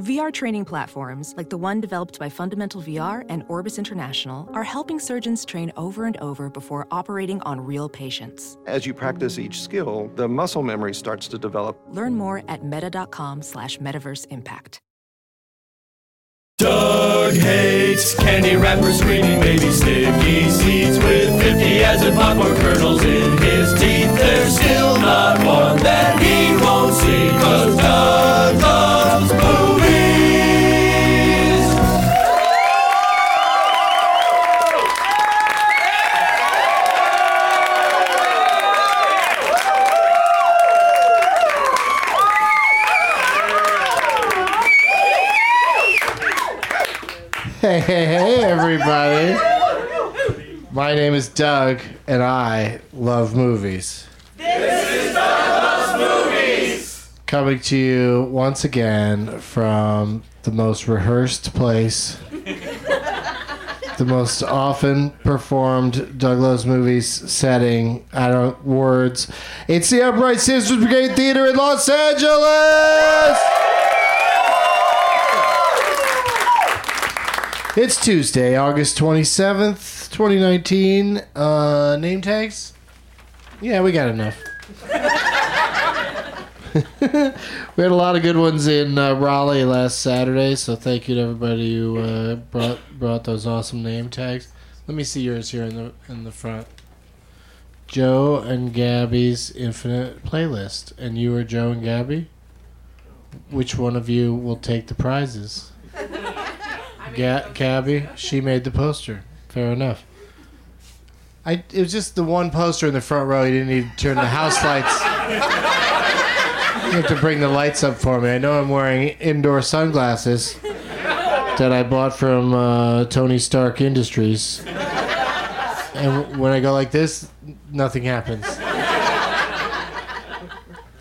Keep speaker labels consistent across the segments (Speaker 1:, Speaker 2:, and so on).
Speaker 1: VR training platforms like the one developed by Fundamental VR and Orbis International are helping surgeons train over and over before operating on real patients.
Speaker 2: As you practice each skill, the muscle memory starts to develop.
Speaker 1: Learn more at meta.com slash metaverse impact.
Speaker 3: Doug hates candy wrappers, screaming baby sticky seeds with 50 as in popcorn kernels in his teeth. There's still not one that he won't see, cause Doug loves movies.
Speaker 4: Hey, hey, hey, everybody. My name is Doug, and I love movies. This is Doug Loves Movies. Coming to you once again from the most rehearsed place, the most often performed Doug Loves Movies setting. I don't, words. It's the Upright Sisters Brigade Theater in Los Angeles! It's Tuesday, August 27th, 2019. Uh, name tags? Yeah, we got enough. we had a lot of good ones in uh, Raleigh last Saturday, so thank you to everybody who uh, brought brought those awesome name tags. Let me see yours here in the in the front. Joe and Gabby's infinite playlist, and you are Joe and Gabby. Which one of you will take the prizes? Ga- Gabby, she made the poster. Fair enough. I it was just the one poster in the front row. You didn't need to turn the house lights. You have to bring the lights up for me. I know I'm wearing indoor sunglasses that I bought from uh, Tony Stark Industries. And w- when I go like this, nothing happens.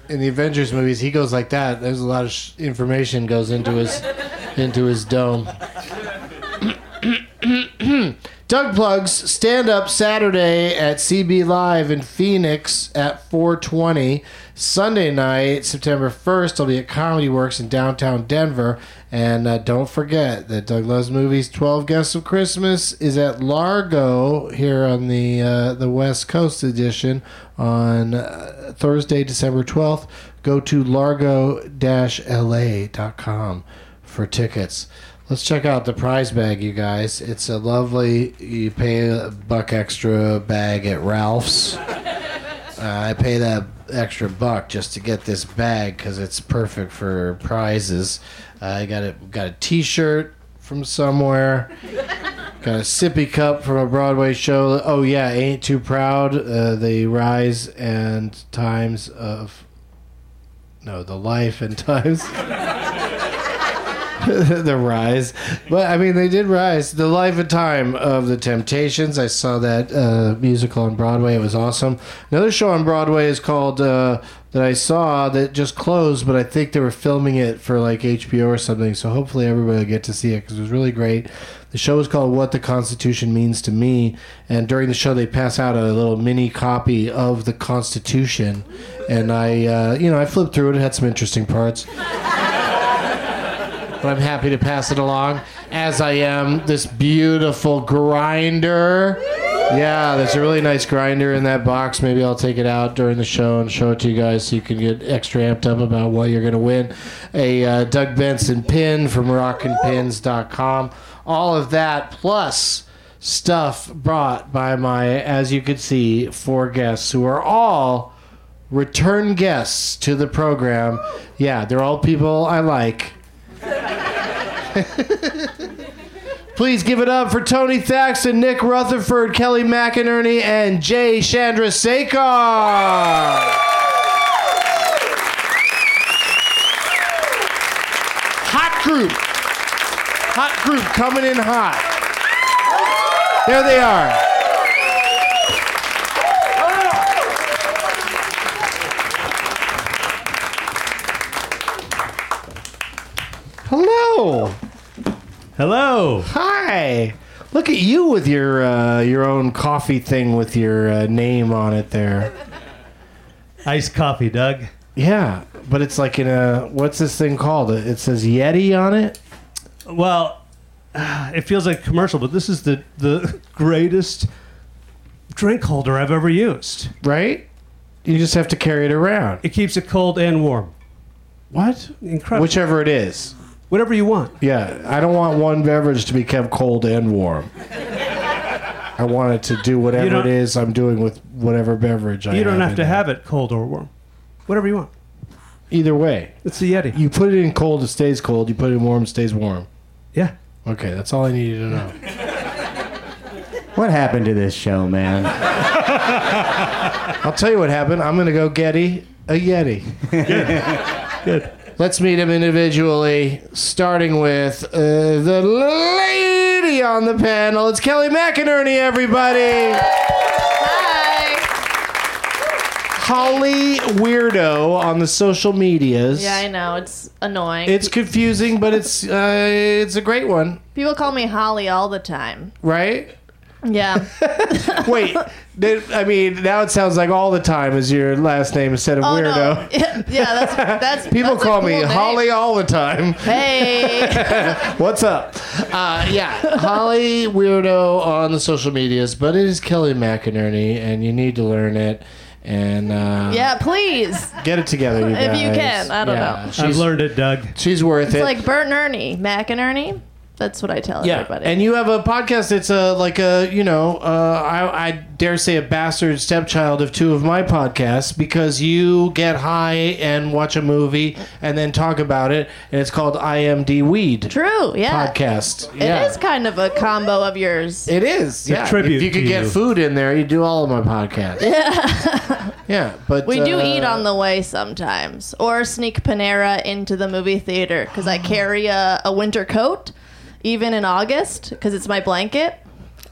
Speaker 4: In the Avengers movies, he goes like that. There's a lot of sh- information goes into his into his dome. Doug plugs stand up Saturday at CB Live in Phoenix at 4:20. Sunday night, September 1st, I'll be at Comedy Works in downtown Denver. And uh, don't forget that Doug Loves Movies 12 Guests of Christmas is at Largo here on the uh, the West Coast edition on uh, Thursday, December 12th. go to largo-la.com for tickets. Let's check out the prize bag, you guys. It's a lovely, you pay a buck extra bag at Ralph's. Uh, I pay that extra buck just to get this bag because it's perfect for prizes. I got a got a T-shirt from somewhere. Got a sippy cup from a Broadway show. Oh yeah, ain't too proud. Uh, the rise and times of no, the life and times. the rise, but I mean they did rise. The life and time of the Temptations. I saw that uh, musical on Broadway. It was awesome. Another show on Broadway is called uh, that I saw that just closed, but I think they were filming it for like HBO or something. So hopefully everybody will get to see it because it was really great. The show is called What the Constitution Means to Me, and during the show they pass out a little mini copy of the Constitution, and I, uh, you know, I flipped through it. It had some interesting parts but I'm happy to pass it along as I am this beautiful grinder. Yeah, there's a really nice grinder in that box. Maybe I'll take it out during the show and show it to you guys so you can get extra amped up about what you're going to win. A uh, Doug Benson pin from rockinpins.com. All of that plus stuff brought by my, as you can see, four guests who are all return guests to the program. Yeah, they're all people I like. Please give it up for Tony Thaxton, Nick Rutherford, Kelly McInerney, and Jay Chandra Sekar. Hot group. Hot group coming in hot. There they are. Hello.
Speaker 5: Hello.
Speaker 4: Hi. Look at you with your uh, your own coffee thing with your uh, name on it there.
Speaker 5: Iced coffee, Doug.
Speaker 4: Yeah, but it's like in a what's this thing called? It it says Yeti on it.
Speaker 5: Well, it feels like a commercial, but this is the, the greatest drink holder I've ever used.
Speaker 4: right? You just have to carry it around.
Speaker 5: It keeps it cold and warm.
Speaker 4: What?
Speaker 5: Incredible.
Speaker 4: Whichever it is.
Speaker 5: Whatever you want.
Speaker 4: Yeah, I don't want one beverage to be kept cold and warm. I want it to do
Speaker 5: You
Speaker 4: whatever it
Speaker 5: don't-
Speaker 4: is I'm doing with whatever beverage I
Speaker 5: You don't have
Speaker 4: in
Speaker 5: to
Speaker 4: there.
Speaker 5: have it cold or warm. Whatever you want.
Speaker 4: Either way.
Speaker 5: It's the Yeti.
Speaker 4: You put it in cold, it stays cold. You put it in warm, it stays warm.
Speaker 5: yeah.
Speaker 4: Okay, that's all I needed to know.
Speaker 6: What happened to this show, man?
Speaker 4: I'll tell you what happened. I'm going to go Getty a Yeti. Good. Let's meet them individually, starting with uh, the lady on the panel. It's Kelly McInerney, everybody.
Speaker 7: Hi.
Speaker 4: Holly Weirdo on the social medias.
Speaker 7: Yeah, I know it's annoying.
Speaker 4: It's confusing, but it's uh, it's a great one,
Speaker 7: People call me Holly all the time.
Speaker 4: right?
Speaker 7: Yeah,
Speaker 4: Wait, did- I mean, now it sounds like all the time is your last name instead of
Speaker 7: Oh, no.
Speaker 4: Weirdo.
Speaker 7: Yeah, that's that's.
Speaker 4: People
Speaker 7: that's a
Speaker 4: call
Speaker 7: cool
Speaker 4: me
Speaker 7: name.
Speaker 4: Holly all the time.
Speaker 7: Hey,
Speaker 4: What's up? Uh, yeah, Holly Weirdo on the social medias, but it is Kelly McInerney, and you need to learn it and uh,
Speaker 7: yeah, please.
Speaker 4: get it together, you
Speaker 7: If
Speaker 4: guys.
Speaker 7: you can, I don't
Speaker 4: Yeah,
Speaker 7: know.
Speaker 5: I've
Speaker 4: She's,
Speaker 5: learned it, Doug.
Speaker 4: she's worth it.
Speaker 7: It's like Bert and Ernie, Mac and Ernie. That's what I tell
Speaker 4: yeah,
Speaker 7: everybody.
Speaker 4: and you have a podcast that's uh, like a you know uh, I, I dare say a bastard stepchild of two of my podcasts because you get high and watch a movie and then talk about it, and it's called IMD Weed
Speaker 7: True. Yeah.
Speaker 4: podcast.
Speaker 7: It is kind of a combo of yours.
Speaker 4: It is. yeah.
Speaker 5: tribute
Speaker 4: If you could
Speaker 5: to
Speaker 4: get
Speaker 5: you.
Speaker 4: food in there, you do all of my podcasts. Yeah. yeah, but
Speaker 7: We do
Speaker 4: uh,
Speaker 7: eat on the way sometimes, or sneak Panera into the movie theater because I carry a, a winter coat, even in August, because it's my blanket.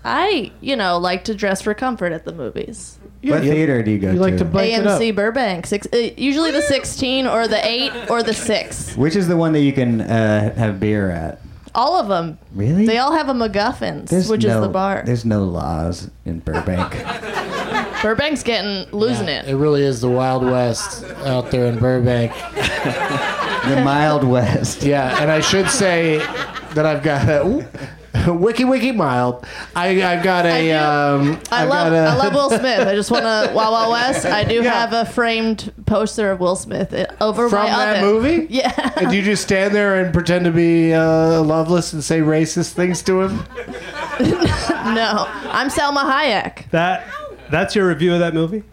Speaker 7: I, you know, like to dress for comfort at the movies.
Speaker 6: what theater do you go
Speaker 4: You
Speaker 6: to?
Speaker 4: like to blanket
Speaker 7: AMC
Speaker 4: up.
Speaker 7: Burbank, six, uh, usually the 16 or the 8 or the 6.
Speaker 6: Which is the one that you can uh, have beer at?
Speaker 7: All of them.
Speaker 6: Really?
Speaker 7: They all have a MacGuffins,
Speaker 6: There's
Speaker 7: which
Speaker 6: no-
Speaker 7: is the bar.
Speaker 6: There's no laws in Burbank.
Speaker 7: Burbank's getting losing
Speaker 4: Yeah,
Speaker 7: it.
Speaker 4: really is the Wild West out there in Burbank.
Speaker 6: the mild west.
Speaker 4: Yeah, and I should say that I've got a, ooh, wiki wiki mild. I I've got
Speaker 7: I
Speaker 4: a.
Speaker 7: do-
Speaker 4: I um,
Speaker 7: I
Speaker 4: I've
Speaker 7: love
Speaker 4: got a-
Speaker 7: I love Will Smith. I just want to Wild Wild West. I do
Speaker 4: Yeah.
Speaker 7: have a framed poster of Will Smith i- over
Speaker 4: From
Speaker 7: my
Speaker 4: that
Speaker 7: oven.
Speaker 4: movie?
Speaker 7: Yeah.
Speaker 4: And do you just stand there and pretend to be uh, Loveless and say racist things to him?
Speaker 7: No, I'm Selma Hayek.
Speaker 5: That that's your review of that movie?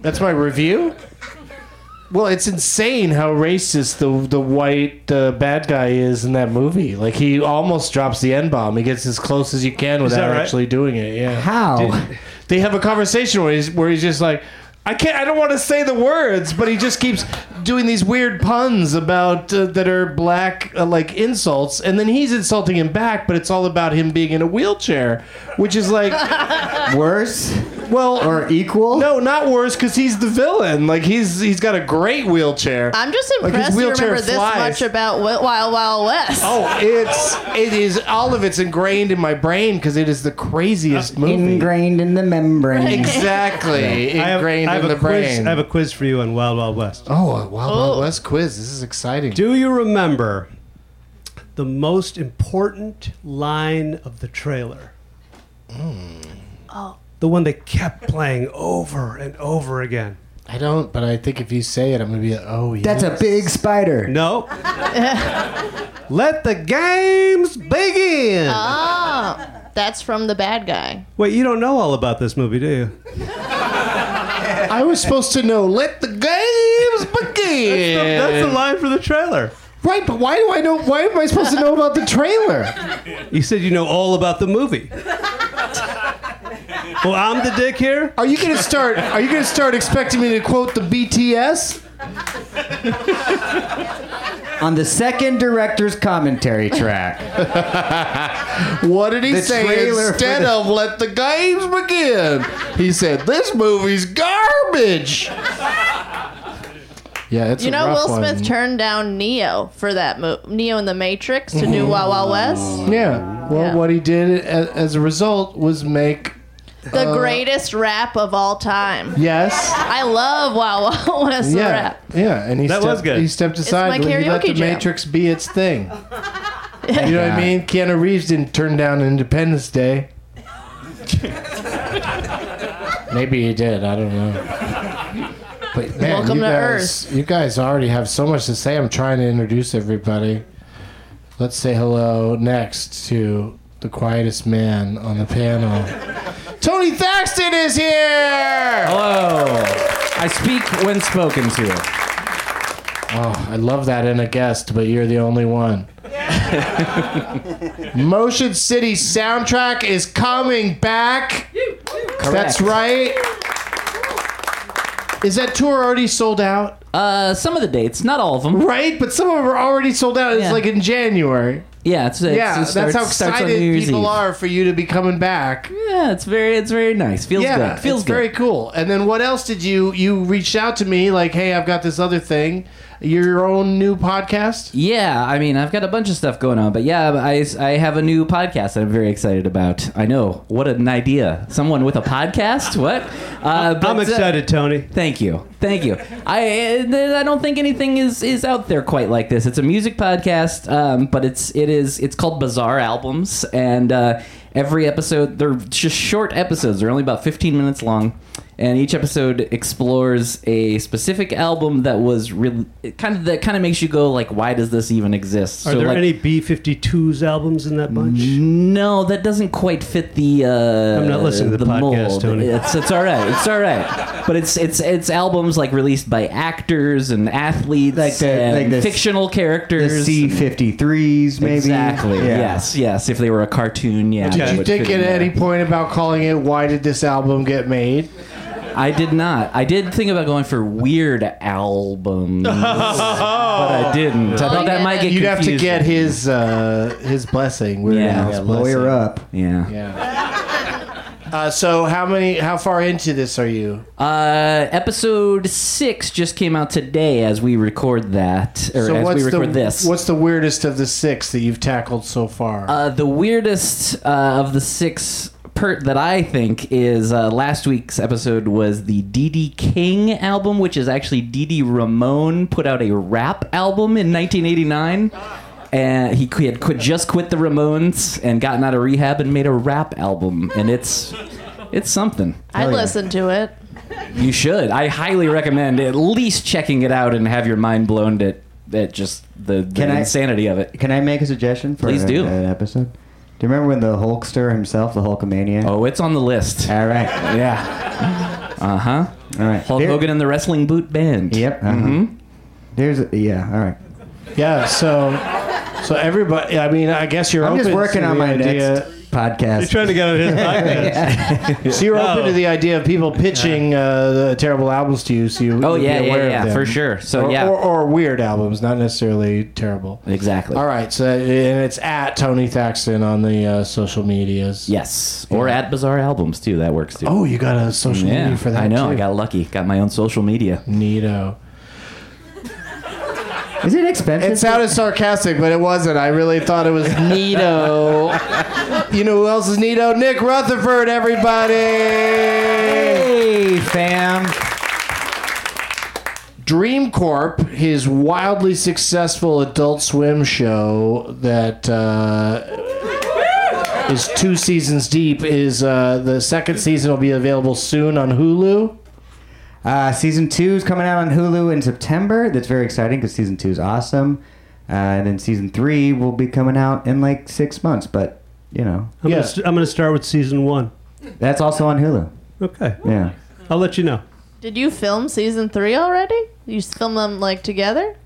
Speaker 4: That's my review. Well, it's insane how racist the the white uh, bad guy is in that movie. Like he almost drops the n bomb. He gets as close as you can without
Speaker 5: that right?
Speaker 4: actually doing it. Yeah.
Speaker 6: How?
Speaker 4: They have a conversation where he's where he's just like, I can't. I don't want to say the words, but he just keeps doing these weird puns about uh, that are black uh, like insults, and then he's insulting him back. But it's all about him being in a wheelchair, which is like,
Speaker 6: Worse
Speaker 4: well,
Speaker 6: or equal?
Speaker 4: no, not worse because he's the villain. Like he's he's got a great wheelchair.
Speaker 7: I'm just
Speaker 4: Like, his
Speaker 7: impressed you
Speaker 4: wheelchair
Speaker 7: remember this
Speaker 4: flies.
Speaker 7: much about Wi- Wild Wild West.
Speaker 4: Oh, it's it is all of it's ingrained in my brain because it is the craziest
Speaker 5: Uh,
Speaker 4: movie.
Speaker 6: Ingrained in the membrane.
Speaker 4: Exactly,
Speaker 5: I have,
Speaker 4: ingrained
Speaker 5: I have
Speaker 4: in
Speaker 5: a
Speaker 4: the
Speaker 5: quiz.
Speaker 4: brain.
Speaker 5: I have a quiz for you on Wild Wild West.
Speaker 4: oh, a Wild Wild
Speaker 7: Oh.
Speaker 4: West quiz. This is exciting.
Speaker 5: Do you remember the most important line of the trailer? Oh. The one they kept playing over and over again.
Speaker 4: I don't, but I think if you say it, I'm gonna be like, oh yeah.
Speaker 6: That's a big spider.
Speaker 5: No. Let the games begin.
Speaker 7: Ah, that's from the bad guy.
Speaker 5: Wait, you don't know all about this movie, do you?
Speaker 4: I was supposed to know. Let the games begin.
Speaker 5: That's the line for the trailer.
Speaker 4: right, but why do I know? Why am I supposed to know about the trailer?
Speaker 5: You said you know all about the movie. well, I'm the dick here.
Speaker 4: Are you gonna start? Are you gonna start expecting me to quote the BTS?
Speaker 6: On the second director's commentary track.
Speaker 4: What did he
Speaker 6: The
Speaker 4: say
Speaker 6: trailer for
Speaker 4: instead
Speaker 6: the-
Speaker 4: of "Let the games begin"? He said, "This movie's garbage." Yeah, it's
Speaker 7: You
Speaker 4: a
Speaker 7: know,
Speaker 4: rough
Speaker 7: Will Smith
Speaker 4: one.
Speaker 7: turned down Neo for that movie, Neo in the Matrix, to do Wild Wild West.
Speaker 4: Yeah. Well,
Speaker 7: Yeah.
Speaker 4: what he did as, as a result was make Uh,
Speaker 7: The greatest rap of all time.
Speaker 4: yes.
Speaker 7: I love Wild Wild West
Speaker 4: Yeah,
Speaker 7: rap.
Speaker 4: yeah, and he
Speaker 5: That
Speaker 4: stepped,
Speaker 5: was good.
Speaker 4: He stepped aside.
Speaker 7: my
Speaker 4: he let the
Speaker 7: karaoke jam.
Speaker 4: Matrix be its thing. You know what I mean? Keanu Reeves didn't turn down Independence Day. Maybe he did. I don't know. But man,
Speaker 7: Welcome
Speaker 4: you
Speaker 7: to
Speaker 4: guys, you guys already have so much to say. I'm trying to introduce everybody. Let's say hello next to the quietest man on the panel. Tony Thaxton is here.
Speaker 8: Hello. I speak when spoken to.
Speaker 4: Oh, I love that in a guest, but you're the only one. Motion City soundtrack is coming back. That's right. Is that tour already sold out?
Speaker 8: Uh, some of the dates, not all of them.
Speaker 4: Right, but some of them are already sold out. It's
Speaker 8: Yeah.
Speaker 4: like in January.
Speaker 8: Yeah, it's, it's
Speaker 4: yeah,
Speaker 8: it starts,
Speaker 4: that's how
Speaker 8: starts on
Speaker 4: excited
Speaker 8: New Year's
Speaker 4: people
Speaker 8: Eve.
Speaker 4: are for you to be coming back.
Speaker 8: Yeah, it's very it's very nice. Feels
Speaker 4: yeah,
Speaker 8: good. Feels
Speaker 4: it's
Speaker 8: good.
Speaker 4: very cool. And then what else did you you reached out to me like, hey, I've got this other thing, your own new podcast.
Speaker 8: Yeah, I mean, I've got a bunch of stuff going on, but yeah, I, I have a new podcast that I'm very excited about. I know. What an idea. Someone with a podcast? What? Uh, but,
Speaker 5: I'm
Speaker 8: uh,
Speaker 5: excited, Tony.
Speaker 8: Thank you, thank you. I uh, I don't think anything is is out there quite like this. It's a music podcast, um, but it's it is it's called Bizarre Albums, and uh, every episode they're just short episodes. They're only about fifteen minutes long, and each episode explores a specific album that was really kind of that kind of makes you go like, why does this even exist?
Speaker 5: Are
Speaker 8: So,
Speaker 5: there
Speaker 8: like,
Speaker 5: any B52s albums in that bunch?
Speaker 8: no, that doesn't quite fit the. Uh,
Speaker 5: I'm not listening to the podcast,
Speaker 8: mold.
Speaker 5: Tony.
Speaker 8: It's it's all right. It's all right. But it's it's it's albums like released by actors and athletes,
Speaker 6: Like the-
Speaker 8: and
Speaker 6: like the-
Speaker 8: fictional
Speaker 6: The
Speaker 8: characters.
Speaker 6: C53s, maybe.
Speaker 8: Exactly.
Speaker 6: Yeah.
Speaker 8: Yes. Yes. If they were a cartoon, yeah.
Speaker 5: Did
Speaker 8: that
Speaker 4: Did you
Speaker 8: would
Speaker 4: think
Speaker 8: fit in
Speaker 4: at
Speaker 8: there.
Speaker 4: any point about calling it "Why did this album get made"?
Speaker 8: I did not. I did think about going for weird albums, but I didn't. I thought that
Speaker 7: yeah.
Speaker 8: might get
Speaker 4: You'd have to
Speaker 8: confusing.
Speaker 4: get his uh, his blessing. Weird
Speaker 8: Yeah.
Speaker 4: Al's
Speaker 8: Yeah,
Speaker 4: blessing.
Speaker 6: Lawyer up.
Speaker 8: Yeah.
Speaker 4: Yeah. Uh, so how many? How far into this are you?
Speaker 8: Uh, episode six just came out today as we record that, or
Speaker 4: so
Speaker 8: as we record
Speaker 4: the
Speaker 8: this.
Speaker 4: what's the weirdest of the six that you've tackled so far?
Speaker 8: Uh, the weirdest uh, of the six per- that I think is uh, last week's episode was the DD King album, which is actually DD Ramone put out a rap album in 1989. and he, he had quit, just quit the Ramones and gotten out of rehab and made a rap album, and it's it's something.
Speaker 7: I listened to it.
Speaker 8: You should. I highly recommend at least checking it out and have your mind blown at at just the, the
Speaker 6: Can I-
Speaker 8: insanity of it.
Speaker 6: Can I make a suggestion for
Speaker 8: Please
Speaker 6: a-
Speaker 8: do.
Speaker 6: an episode? Do you remember when the Hulkster himself, the Hulkamania?
Speaker 8: Oh, it's on the list.
Speaker 6: All right. Uh-huh,
Speaker 8: Yeah. Uh huh.
Speaker 6: All right.
Speaker 8: Hulk
Speaker 6: There-
Speaker 8: Hogan and Mm-hmm. the Wrestling Boot Band.
Speaker 6: Yep. Uh-huh. There's a, yeah. All right.
Speaker 4: Yeah, so so everybody. I mean, I guess you're.
Speaker 6: I'm just
Speaker 4: open
Speaker 6: working
Speaker 4: to
Speaker 6: on
Speaker 4: the
Speaker 6: my
Speaker 4: idea.
Speaker 6: next podcast.
Speaker 5: He's trying to get on his podcast.
Speaker 4: So you're open
Speaker 5: No.
Speaker 4: to the idea of people pitching uh, the terrible albums to you. So you.
Speaker 8: Oh
Speaker 4: you'd
Speaker 8: yeah,
Speaker 4: be
Speaker 8: yeah,
Speaker 4: aware of
Speaker 8: yeah,
Speaker 4: them.
Speaker 8: for sure. So
Speaker 4: or,
Speaker 8: yeah,
Speaker 4: or, or weird albums, not necessarily terrible.
Speaker 8: exactly.
Speaker 4: All right, so and it's at Tony Thaxton on the uh, social medias.
Speaker 8: Yes, or at Bizarre Albums too. That works too.
Speaker 4: Oh, you got a social
Speaker 8: yeah.
Speaker 4: media for that?
Speaker 8: I know.
Speaker 4: Too.
Speaker 8: I got lucky. Got my own social media.
Speaker 4: Neato.
Speaker 6: Is it expensive?
Speaker 4: It sounded sarcastic, but it wasn't. I really thought it was Neato. you know who else is Neato? Nick Rutherford, everybody.
Speaker 6: Hey, fam.
Speaker 4: Dream Corp, his wildly successful Adult Swim show that uh, is two seasons deep, is uh, the second season will be available soon on Hulu.
Speaker 6: Uh, season two is coming out on Hulu in September. That's very exciting because season two is awesome. Uh, and then season three will be coming out in like six months, but you know
Speaker 5: I'm
Speaker 4: Yeah.
Speaker 5: gonna st- I'm going to start with season one.
Speaker 6: that's also on Hulu.
Speaker 5: Okay.
Speaker 6: Yeah.
Speaker 5: I'll let you know.
Speaker 7: Did you film season three already? You s- film them like together?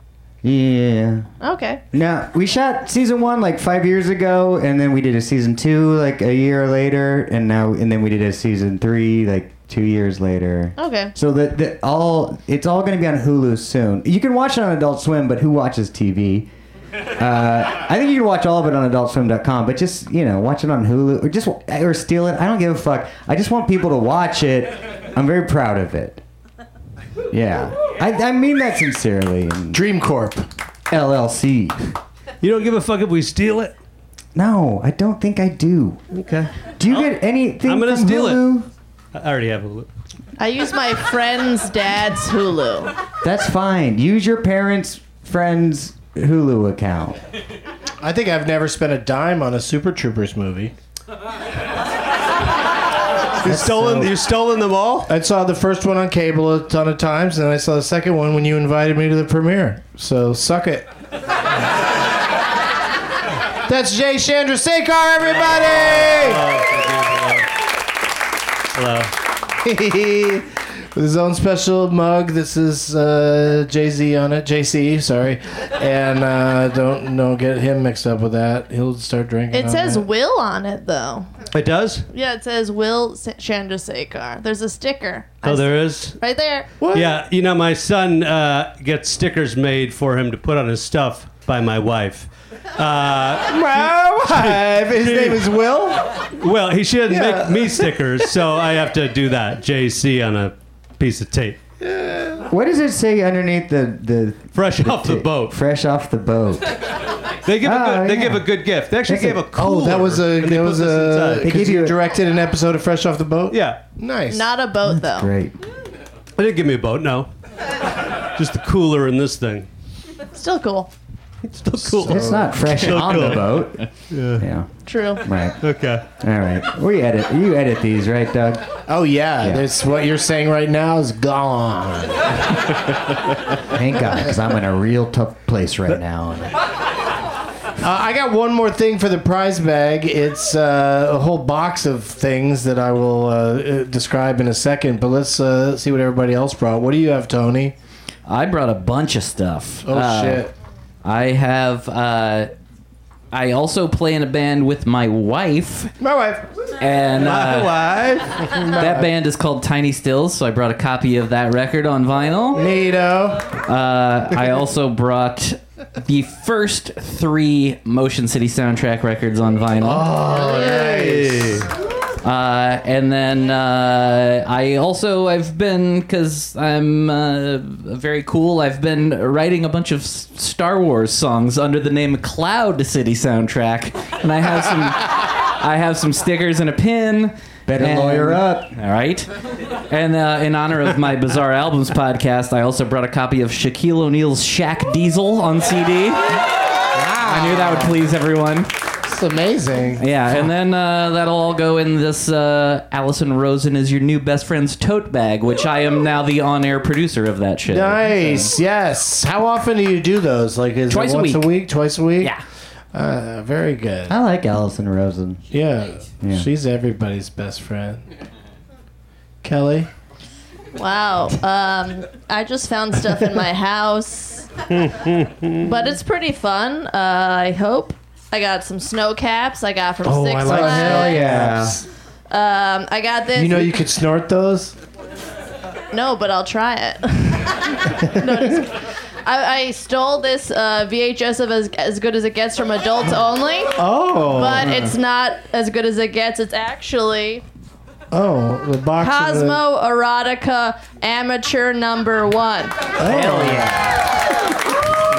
Speaker 6: Yeah.
Speaker 7: Okay.
Speaker 6: No, we shot season one like five years ago, and then we did a season two like a year later, and now and then we did a season three like two years later.
Speaker 7: Okay.
Speaker 6: So that that all it's all going to be on Hulu soon. You can watch it on Adult Swim, but who watches TV? Uh, I think you can watch all of it on AdultSwim.com, but just you know, watch it on Hulu or just or steal it. I don't give a fuck. I just want people to watch it. I'm very proud of it. Yeah, I, I mean that sincerely. And
Speaker 4: Dream Corp.
Speaker 6: LLC.
Speaker 5: You don't give a fuck if we steal it?
Speaker 6: No, I don't think I do.
Speaker 5: Okay.
Speaker 6: Do you get anything
Speaker 5: I'm gonna
Speaker 6: from
Speaker 5: steal it.
Speaker 6: Hulu?
Speaker 5: I already have a look.
Speaker 7: I use my friend's dad's Hulu.
Speaker 6: That's fine. Use your parents' friends' Hulu account.
Speaker 4: I think I've never spent a dime on a Super Troopers movie.
Speaker 5: You stolen, you stolen them all?
Speaker 4: I saw the first one on cable a ton of times, and I saw the second one when you invited me to the premiere. So suck it. That's Jay Chandrasekhar, everybody!
Speaker 5: Hello.
Speaker 4: With his own special mug. This is uh, Jay Z on it. JC, sorry. And uh, don't don't get him mixed up with that. He'll start drinking.
Speaker 7: It
Speaker 4: on
Speaker 7: says
Speaker 4: that.
Speaker 7: Will on it though.
Speaker 5: It does?
Speaker 7: Yeah, it says Will Sa- Chandrasekhar. There's a sticker. I
Speaker 5: Oh,
Speaker 7: s-
Speaker 5: there is?
Speaker 7: Right there.
Speaker 5: Yeah, you know, my son uh, gets stickers made for him to put on his stuff by my wife. Uh,
Speaker 4: my wife. His name is Will.
Speaker 5: well, he should
Speaker 4: Yeah.
Speaker 5: make me stickers, so I have to do that. JC on a piece of tape.
Speaker 6: What does it say underneath the the
Speaker 5: Fresh off the boat.
Speaker 6: Fresh off the boat.
Speaker 5: They give a
Speaker 4: Ah,
Speaker 6: Oh,
Speaker 5: good. They
Speaker 6: yeah.
Speaker 5: give a good gift. They actually
Speaker 6: That's a-
Speaker 5: gave a cool.
Speaker 4: Oh, that was a that was a
Speaker 6: They
Speaker 4: because
Speaker 6: give you
Speaker 4: you
Speaker 6: a-
Speaker 4: directed an episode of Fresh Off the Boat.
Speaker 5: yeah.
Speaker 4: nice.
Speaker 7: Not a boat though.
Speaker 6: Great.
Speaker 5: They didn't give me a boat. No, just the cooler in this thing.
Speaker 7: Still cool.
Speaker 5: It's still cool.
Speaker 6: It's not fresh
Speaker 5: So
Speaker 6: on the
Speaker 5: cool.
Speaker 6: boat. Yeah.
Speaker 7: True.
Speaker 6: Right.
Speaker 5: okay.
Speaker 6: All right. We edit. You edit these, right, Doug?
Speaker 4: Oh yeah,
Speaker 6: Yeah.
Speaker 4: this what you're saying right now is gone. Uh,
Speaker 6: Thank God, because I'm in a real tough place right now.
Speaker 4: Uh, I got one more thing for the prize bag. It's uh, a whole box of things that I will uh, uh, describe in a second. But let's uh, see what everybody else brought. What do you have, Tony?
Speaker 8: I brought a bunch of stuff.
Speaker 4: Oh
Speaker 8: Uh,
Speaker 4: shit!
Speaker 8: I have. Uh, I also play in a band with my wife,
Speaker 4: My wife.
Speaker 8: and uh,
Speaker 4: wife.
Speaker 8: that band is called Tiny Stills. So I brought a copy of that record on vinyl.
Speaker 4: Neato.
Speaker 8: Uh, I also brought the first three Motion City soundtrack records on vinyl,
Speaker 6: Oh.
Speaker 8: uh, and then uh, I also I've been because I'm uh, very cool. I've been writing a bunch of S- Star Wars songs under the name Cloud City soundtrack, and I have some I have some stickers and a pin.
Speaker 6: Better
Speaker 8: And-
Speaker 6: lawyer up.
Speaker 8: all right. And uh, in honor of my Bizarre Albums podcast, I also brought a copy of Shaquille O'Neal's Shaq Diesel on CD. Wow. I knew that would please everyone.
Speaker 4: It's amazing.
Speaker 8: Yeah, and then uh, that'll all go in this uh, Allison Rosen is your new best friend's tote bag, which I am now the on-air producer of that shit.
Speaker 4: Nice. Yes. How often do you do those? Like is
Speaker 8: Twice
Speaker 4: it
Speaker 8: a
Speaker 4: once
Speaker 8: week.
Speaker 4: a week, twice a week?
Speaker 8: Yeah.
Speaker 4: Uh, very good.
Speaker 6: I like Allison Rosen.
Speaker 4: Yeah.
Speaker 6: Yeah.
Speaker 4: She's everybody's best friend. Kelly.
Speaker 7: Wow. Um, I just found stuff in my house. but it's pretty fun, uh, I hope. I got some snow caps I got from
Speaker 4: Oh,
Speaker 7: Six
Speaker 4: I like
Speaker 7: Flags.
Speaker 6: Hell yeah.
Speaker 7: Um, I got this.
Speaker 4: You know you could snort those?
Speaker 7: No, but I'll try it. no, just- I, I stole this uh, VHS of as, as Good as It Gets from Adults Only,
Speaker 4: Oh.
Speaker 7: but it's not as good as it gets. It's actually
Speaker 4: oh, the box of the-
Speaker 7: Cosmo Erotica Amateur Number One.
Speaker 4: Hell yeah.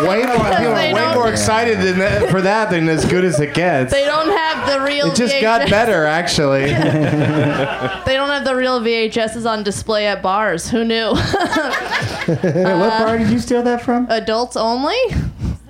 Speaker 4: Way more, people are
Speaker 7: they
Speaker 4: way
Speaker 7: don't-
Speaker 4: more excited than that, for that than as good as it gets.
Speaker 7: They don't have the real.
Speaker 4: It just
Speaker 7: VHS.
Speaker 4: got better, actually.
Speaker 7: They don't have the real VHSs on display at bars. Who knew?
Speaker 6: Wait, what bar did you steal that from?
Speaker 7: Adults only.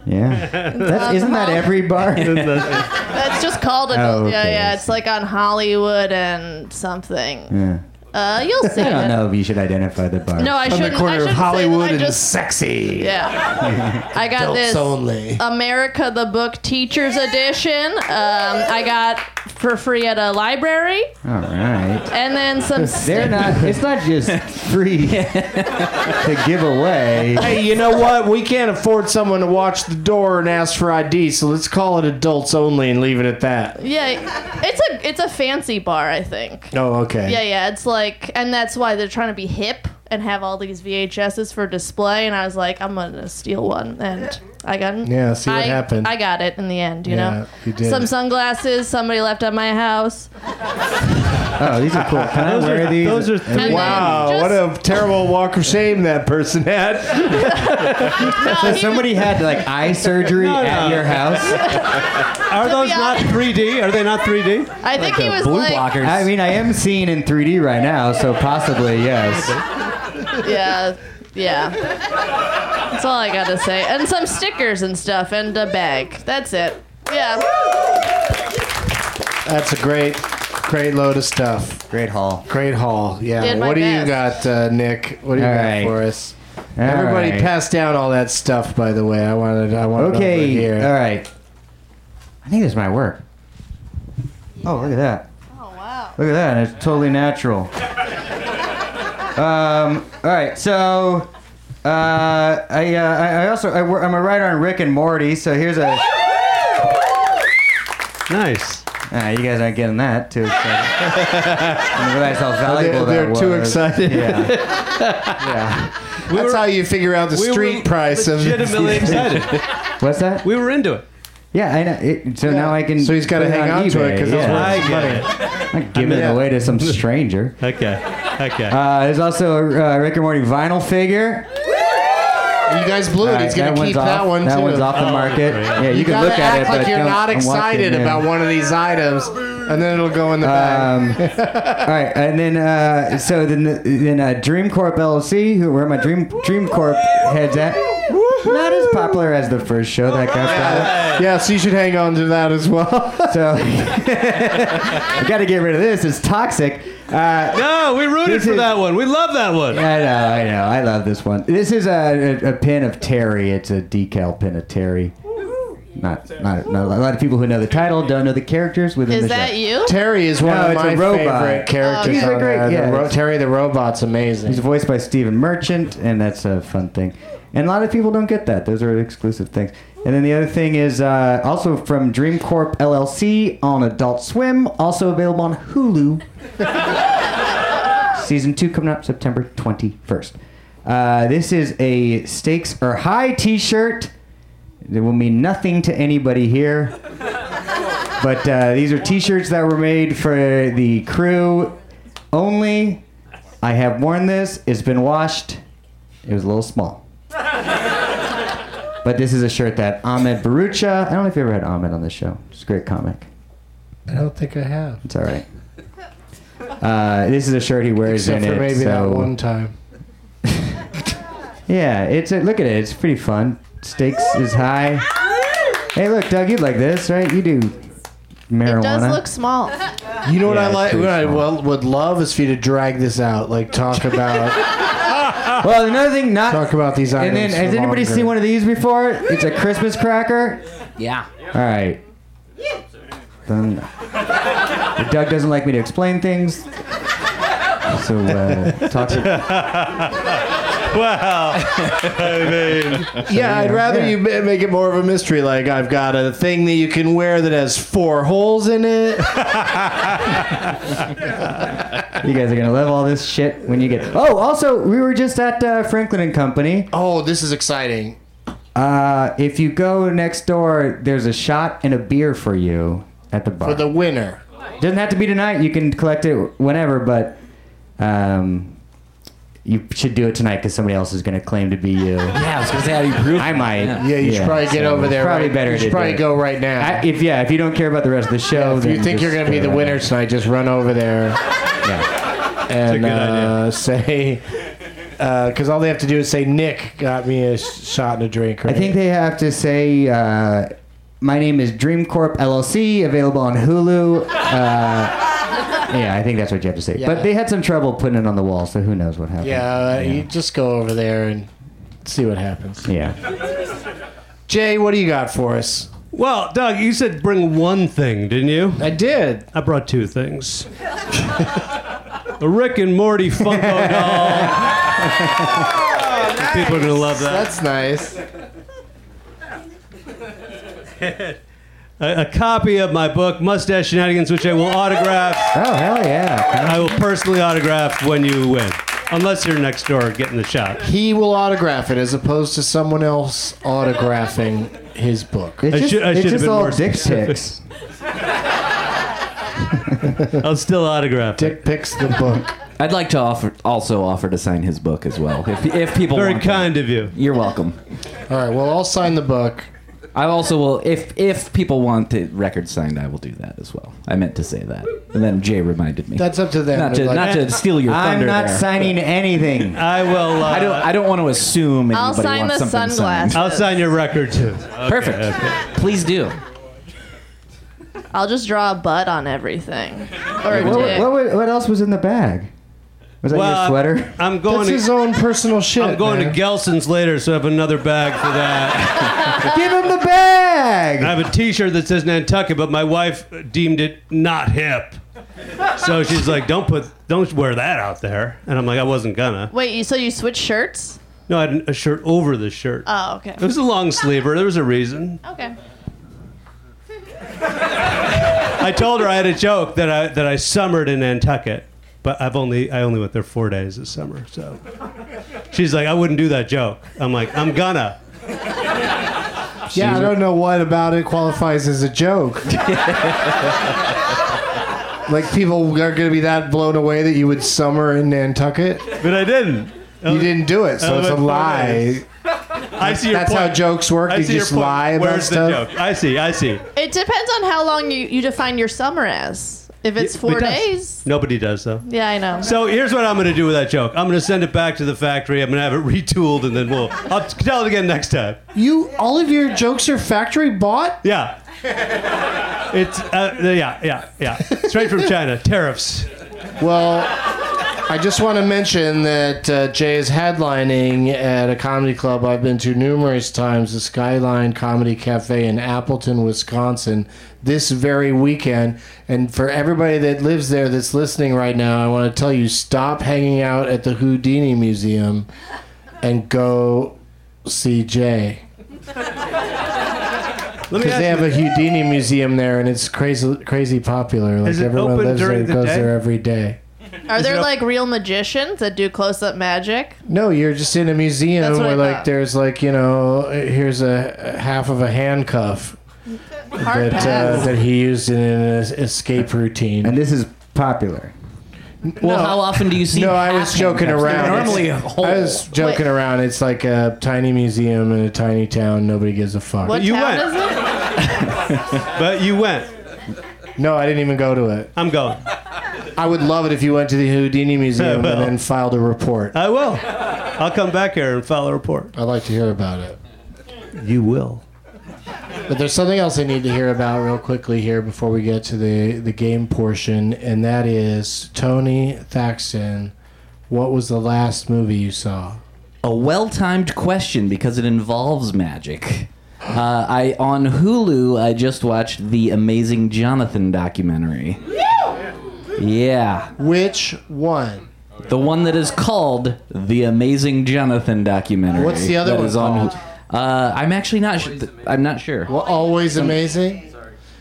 Speaker 6: Yeah. That's, isn't that every bar?
Speaker 7: That's just called adult.
Speaker 6: Oh,
Speaker 7: Yeah,
Speaker 6: okay, I
Speaker 7: yeah. It's
Speaker 6: see.
Speaker 7: like on Hollywood and something.
Speaker 6: yeah.
Speaker 7: Uh, you'll see.
Speaker 6: I
Speaker 7: it.
Speaker 6: don't know if you should identify the bar.
Speaker 7: No, I
Speaker 4: On
Speaker 7: shouldn't.
Speaker 4: the
Speaker 7: I
Speaker 4: corner of
Speaker 7: shouldn't
Speaker 4: Hollywood
Speaker 7: say that. I
Speaker 4: and
Speaker 7: just,
Speaker 4: sexy.
Speaker 7: yeah. I got
Speaker 4: Adults
Speaker 7: this
Speaker 4: only.
Speaker 7: America the Book Teachers Edition. Um, I got for free at a library,
Speaker 6: All right.
Speaker 7: and then some.
Speaker 6: They're not. It's not just free to give away.
Speaker 4: Hey, you know what? We can't afford someone to watch the door and ask for ID, so let's call it adults only and leave it at that.
Speaker 7: yeah, it's a it's a fancy bar, I think.
Speaker 4: Oh, okay.
Speaker 7: Yeah, yeah. It's like, and that's why they're trying to be hip and have all these VHSs for display. And I was like, I'm gonna steal one, and I got.
Speaker 4: Yeah, see what
Speaker 7: I,
Speaker 4: happened.
Speaker 7: I got it in the end. You
Speaker 4: Yeah,
Speaker 7: know,
Speaker 4: you did.
Speaker 7: some sunglasses somebody left at my house.
Speaker 6: Oh, these are cool. Can I
Speaker 5: Those
Speaker 6: wear
Speaker 5: are,
Speaker 6: these?
Speaker 5: those are
Speaker 7: And then
Speaker 5: three.
Speaker 4: Wow,
Speaker 7: just-
Speaker 4: Uh, what a terrible walk of shame that person had.
Speaker 6: So somebody had like eye surgery
Speaker 5: No,
Speaker 6: at
Speaker 5: no.
Speaker 6: your house.
Speaker 5: Are those not 3D? Are they not 3D?
Speaker 7: I think he was
Speaker 8: Blue
Speaker 7: like,
Speaker 8: blockers.
Speaker 6: I mean, I am seeing in 3D right now, so possibly yes.
Speaker 7: yeah, yeah. That's all I gotta say. And some stickers and stuff, and a bag. That's it. Yeah.
Speaker 4: That's a great, great load of stuff.
Speaker 6: Great haul.
Speaker 4: Great haul. Yeah.
Speaker 7: Did my
Speaker 4: What do you
Speaker 7: best.
Speaker 4: got, uh, Nick? What do you
Speaker 6: All
Speaker 4: got
Speaker 6: right.
Speaker 4: for us? Everybody,
Speaker 6: passed.
Speaker 4: pass down all that stuff. By the way, I wanted. I wanted
Speaker 6: Okay.
Speaker 4: over here.
Speaker 6: All right. I think this might work. Oh, look at that.
Speaker 7: Oh wow.
Speaker 6: Look at that. It's totally natural. um, all right. So, uh, I, uh, I I also, I, wor- I'm a writer on Rick and Morty. So here's a,
Speaker 5: Nice.
Speaker 6: Ah, you guys aren't getting that too excited. I realize how
Speaker 4: They're,
Speaker 6: valuable
Speaker 4: they're
Speaker 6: that
Speaker 4: too
Speaker 6: was.
Speaker 4: excited.
Speaker 6: Yeah.
Speaker 4: That's how you figure out the
Speaker 5: we were
Speaker 4: street price of.
Speaker 5: Legitimately excited.
Speaker 6: What's that?
Speaker 5: We were into it.
Speaker 6: Yeah, I know. It, so now I can.
Speaker 4: So he's got to
Speaker 6: put it
Speaker 4: hang
Speaker 6: on
Speaker 4: on to it
Speaker 6: eBay,
Speaker 4: because it's
Speaker 6: yeah.
Speaker 5: I
Speaker 4: worth money.
Speaker 5: get it.
Speaker 6: I'm not giving it
Speaker 4: Yeah.
Speaker 6: away to some stranger.
Speaker 5: Okay. Okay.
Speaker 6: Uh, there's also a uh, Rick and Morty vinyl figure.
Speaker 4: You guys blew it.
Speaker 6: All right,
Speaker 4: He's gonna
Speaker 6: one's
Speaker 4: keep
Speaker 6: off,
Speaker 4: that one
Speaker 6: That
Speaker 4: too. Oh.
Speaker 6: one's off the market.
Speaker 5: great.
Speaker 6: Yeah, you, can
Speaker 4: gotta
Speaker 6: look at
Speaker 4: act
Speaker 6: it,
Speaker 4: like
Speaker 6: but
Speaker 4: you're
Speaker 6: don't-
Speaker 4: not
Speaker 6: don't watch
Speaker 4: excited
Speaker 6: it, yeah.
Speaker 4: about one of these items, and then it'll go in the bag.
Speaker 6: Um, all right, and then uh, so then the- then uh, Dream Corp LLC, who where my Dream Dream Corp heads at, not as popular as the first show that got that.
Speaker 4: Yes, you should hang on to that as well.
Speaker 6: So I got to get rid of this. It's toxic. Uh,
Speaker 5: no, we rooted
Speaker 6: this
Speaker 5: for
Speaker 6: is-
Speaker 5: that one. We love that one.
Speaker 6: I know, I know. I love this one. This is a, a, a pin of Terry. It's a decal pin of Terry. Not, not, not a lot of people who know the title don't know the characters within
Speaker 7: Is
Speaker 6: the show.
Speaker 7: that you?
Speaker 4: Terry is one
Speaker 6: No,
Speaker 4: of
Speaker 6: it's a
Speaker 4: my
Speaker 6: robot.
Speaker 4: favorite characters.
Speaker 7: Oh,
Speaker 6: He's a
Speaker 4: on
Speaker 6: great-
Speaker 4: there. The
Speaker 6: yeah.
Speaker 4: ro- Terry the robot's
Speaker 6: He's
Speaker 4: amazing.
Speaker 6: voiced by Stephen Merchant, and that's a fun thing. And a lot of people don't get that. Those are exclusive things. And then the other thing is uh, also from Dream Corp LLC on Adult Swim, also available on Hulu. Season 2 coming up September 21st. Uh, this is a Stakes Are High t shirt. It will mean nothing to anybody here. But uh, these are t shirts that were made for the crew only. I have worn this. It's been washed. It was a little small. but this is a shirt that Ahmed Barucha. I don't know if you ever had Ahmed on this show. He's a great comic.
Speaker 4: I don't think I have,
Speaker 6: It's all right. Uh, this is a shirt he wears
Speaker 4: except
Speaker 6: in
Speaker 4: for
Speaker 6: it.
Speaker 4: maybe
Speaker 6: so
Speaker 4: that one time.
Speaker 6: yeah, it's a, look at it. It's pretty fun. Stakes is high. Hey, look, Doug, you'd like this, right? You do marijuana.
Speaker 7: It does look small.
Speaker 4: You know what
Speaker 6: Yeah,
Speaker 4: I
Speaker 6: it's
Speaker 4: like?
Speaker 6: pretty
Speaker 4: What I
Speaker 6: small.
Speaker 4: well, would love is for you to drag this out. Like talk about
Speaker 6: well, another thing, not.
Speaker 4: talk about these
Speaker 6: and
Speaker 4: items.
Speaker 6: then, has
Speaker 4: for
Speaker 6: anybody
Speaker 4: longer.
Speaker 6: seen one of these before? It's a Christmas cracker.
Speaker 8: Yeah.
Speaker 6: All right. Then Doug doesn't like me to explain things. So uh, talk to
Speaker 5: Wow. I mean,
Speaker 4: Yeah, I'd rather
Speaker 6: yeah.
Speaker 4: you ma- make it more of a mystery. Like I've got a thing that you can wear that has four holes in it.
Speaker 6: you guys are gonna love all this shit when you get. Oh, also we were just at uh, Franklin and Company.
Speaker 4: oh, this is exciting.
Speaker 6: Uh, if you go next door, there's a shot and a beer for you at the bar.
Speaker 4: For the winner.
Speaker 6: Doesn't have to be tonight. You can collect it whenever, but um, you should do it tonight because somebody else is going to claim to be you.
Speaker 8: Yeah, I was gonna say how do you prove?
Speaker 6: I might.
Speaker 4: Yeah, you should probably get
Speaker 6: so
Speaker 4: over there.
Speaker 6: Probably
Speaker 4: right-
Speaker 6: better.
Speaker 4: You should
Speaker 6: to
Speaker 4: probably
Speaker 6: do it.
Speaker 4: go right now.
Speaker 6: I, if yeah, if you don't care about the rest of the show,
Speaker 4: if you think you're going to be the
Speaker 6: uh,
Speaker 4: winner tonight, just run over there and
Speaker 5: good idea.
Speaker 4: uh, say, because all they have to do is say, Nick got me a sh- shot and a drink.
Speaker 6: I
Speaker 4: Right?
Speaker 6: think they have to say, uh, "My name is Dream Corp LLC," available on Hulu. Uh, yeah, I think that's what you have to say.
Speaker 4: Yeah.
Speaker 6: But they had some trouble putting it on the wall, so who knows what happened?
Speaker 4: Yeah, uh, you just go over there and see what happens.
Speaker 6: yeah.
Speaker 4: Jay, what do you got for us?
Speaker 5: well, Doug, you said bring one thing, didn't you?
Speaker 4: I did.
Speaker 5: I brought two things. a Rick and Morty Funko doll. People are gonna love that.
Speaker 4: That's nice.
Speaker 5: A, a copy of my book, Mustache Shenanigans, which I will autograph.
Speaker 6: Oh hell yeah!
Speaker 5: I will personally autograph when you win, unless you're next door getting the shot.
Speaker 4: He will autograph it as opposed to someone else autographing his book.
Speaker 6: It's
Speaker 5: I
Speaker 6: just,
Speaker 5: should- I
Speaker 6: it's
Speaker 5: should have
Speaker 6: just
Speaker 5: been
Speaker 6: all
Speaker 5: more
Speaker 6: dick
Speaker 5: specific.
Speaker 6: pics.
Speaker 5: I'll still autograph it.
Speaker 4: Dick picks the book.
Speaker 8: I'd like to offer also offer to sign his book as well. If, if people
Speaker 5: Very
Speaker 8: want that.
Speaker 5: kind of you.
Speaker 8: You're welcome.
Speaker 4: All right, well, I'll sign the book.
Speaker 8: I also will if if people want the record signed, I will do that as well. I meant to say that, and then Jay reminded me.
Speaker 4: That's up to them.
Speaker 8: not to
Speaker 4: Like-
Speaker 8: not to steal your thunder.
Speaker 6: I'm not
Speaker 8: there.
Speaker 6: signing anything.
Speaker 5: I will. Uh,
Speaker 8: I don't. I don't want to assume anybody
Speaker 7: I'll sign
Speaker 8: wants
Speaker 7: the
Speaker 8: something
Speaker 7: sunglass.
Speaker 8: signed.
Speaker 5: will sign your record too.
Speaker 8: Perfect. Please do.
Speaker 7: I'll just draw a butt on everything. Or a
Speaker 6: What,
Speaker 7: dick.
Speaker 6: what, what, what else was in the bag? Was that
Speaker 5: Well,
Speaker 6: your sweater?
Speaker 5: I'm
Speaker 4: That's
Speaker 5: going.
Speaker 4: his
Speaker 5: To,
Speaker 4: own personal shit.
Speaker 5: I'm going
Speaker 4: man.
Speaker 5: to Gelson's later, so I have another bag for that.
Speaker 7: Uh,
Speaker 6: Give him the bag.
Speaker 5: I have a T-shirt that says Nantucket, but my wife deemed it not hip, so she's like, "Don't put, don't wear that out there." And I'm like, "I wasn't gonna."
Speaker 7: Wait, you so you switch shirts?
Speaker 5: No, I had a shirt over the shirt.
Speaker 7: Oh, okay.
Speaker 5: It was a long sleever. There was a reason.
Speaker 7: Okay.
Speaker 5: I told her I had a joke that I that I summered in Nantucket, but I've only I only went there four days this summer. So she's like, I wouldn't do that joke. I'm like, I'm gonna.
Speaker 4: Yeah, I don't know what about it qualifies as a joke. like people are going to be that blown away that you would summer in Nantucket.
Speaker 5: But I didn't.
Speaker 4: You didn't do it,
Speaker 5: Oh,
Speaker 4: so it's a lie.
Speaker 5: I see your
Speaker 4: That's
Speaker 5: point.
Speaker 4: how jokes work.
Speaker 5: I
Speaker 4: They
Speaker 5: see your
Speaker 4: just
Speaker 5: point.
Speaker 4: lie about
Speaker 5: Where's
Speaker 4: stuff.
Speaker 5: the joke? I see. I see.
Speaker 7: It depends on how long you, you define your summer as. If it's four
Speaker 5: It does.
Speaker 7: days.
Speaker 5: Nobody does though.
Speaker 7: Yeah, I know.
Speaker 5: So here's what I'm going to do with that joke. I'm going to send it back to the factory. I'm going to have it retooled, and then we'll I'll tell it again next time.
Speaker 4: You all of your jokes are factory bought.
Speaker 5: Yeah. It's uh, yeah yeah yeah straight from China tariffs.
Speaker 4: Well, I just want to mention that uh, Jay is headlining at a comedy club I've been to numerous times, the Skyline Comedy Cafe in Appleton, Wisconsin, this very weekend. And for everybody that lives there that's listening right now, I want to tell you stop hanging out at the Houdini Museum and go see Jay.
Speaker 5: Let me
Speaker 4: Because
Speaker 5: ask
Speaker 4: they
Speaker 5: you
Speaker 4: have a Houdini museum there, and it's crazy, crazy popular. Like
Speaker 5: Is it
Speaker 4: everyone
Speaker 5: open
Speaker 4: lives there,
Speaker 5: during
Speaker 4: and
Speaker 5: the
Speaker 4: goes
Speaker 5: day?
Speaker 4: there every day.
Speaker 7: Are
Speaker 5: it
Speaker 7: there
Speaker 5: a-
Speaker 7: like real magicians that do close up magic?
Speaker 4: No, you're just in a museum
Speaker 7: That's what
Speaker 4: where
Speaker 7: I
Speaker 4: like
Speaker 7: thought.
Speaker 4: there's like you know here's a, a half of a handcuff that
Speaker 7: Hard pass.
Speaker 4: uh, that he used in an es- escape routine.
Speaker 6: and this is popular.
Speaker 8: Well, how often do you see?
Speaker 4: no, I
Speaker 8: half
Speaker 4: was joking
Speaker 8: handcuffs? They're
Speaker 4: around.
Speaker 8: Normally, a
Speaker 4: It's-
Speaker 8: whole.
Speaker 4: I was joking
Speaker 7: Wait.
Speaker 4: around. It's like a tiny museum in a tiny town. Nobody gives a fuck.
Speaker 7: what
Speaker 5: you
Speaker 7: town
Speaker 5: went.
Speaker 7: is it?
Speaker 5: But you went.
Speaker 4: No, I didn't even go to it.
Speaker 5: I'm going.
Speaker 4: I would love it if you went to the Houdini museum
Speaker 5: well.
Speaker 4: and then filed a report.
Speaker 5: I will. I'll come back here and file a report.
Speaker 4: I'd like to hear about it.
Speaker 5: You will.
Speaker 4: But there's something else I need to hear about real quickly here before we get to the, the game portion, and that is Tony Thaxton. What was the last movie you saw?
Speaker 8: a well-timed question because it involves magic. Uh, I on Hulu. I just watched the Amazing Jonathan documentary. Yeah,
Speaker 4: Which one?
Speaker 8: the one that is called the Amazing Jonathan documentary.
Speaker 4: What's the other
Speaker 8: that
Speaker 4: one
Speaker 8: is on-
Speaker 4: called?
Speaker 8: Uh, I'm actually not. Sh- th- I'm not sure.
Speaker 4: Well, Always Amazing.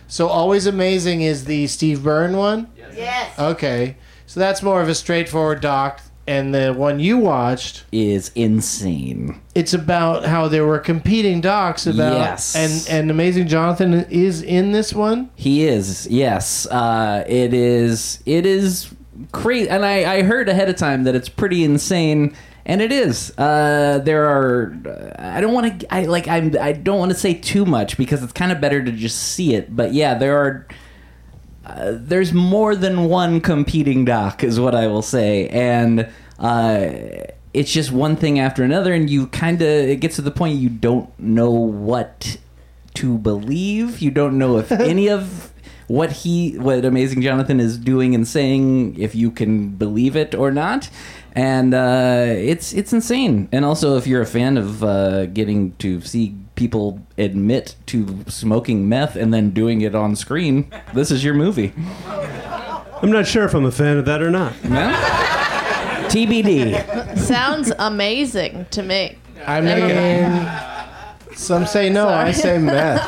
Speaker 4: So Always Amazing is the Steve Byrne one.
Speaker 9: Yes.
Speaker 4: Okay, so that's more of a straightforward doc, and the one you watched,
Speaker 8: Is insane.
Speaker 4: it's about how there were competing docs about.
Speaker 8: Yes.
Speaker 4: And and Amazing Jonathan is in this one.
Speaker 8: He is, yes. Uh, it is. It is crazy, and I, I heard ahead of time that it's pretty insane, and it is. Uh, there are. I don't want to. I like. I'm. I don't want to say too much because it's kind of better to just see it. But yeah, there are. Uh, there's more than one competing doc, is what I will say, and uh, it's just one thing after another, and you kind of it gets to the point you don't know what to believe. You don't know if any of what he, what Amazing Jonathan is doing and saying, if you can believe it or not. And uh, it's it's insane. And also, if you're a fan of uh, getting to see people admit to smoking meth and then doing it on screen, this is your movie.
Speaker 5: I'm not sure if I'm a fan of that or not.
Speaker 8: No? TBD.
Speaker 7: Sounds amazing to me.
Speaker 4: I mean, some say no, I say meth.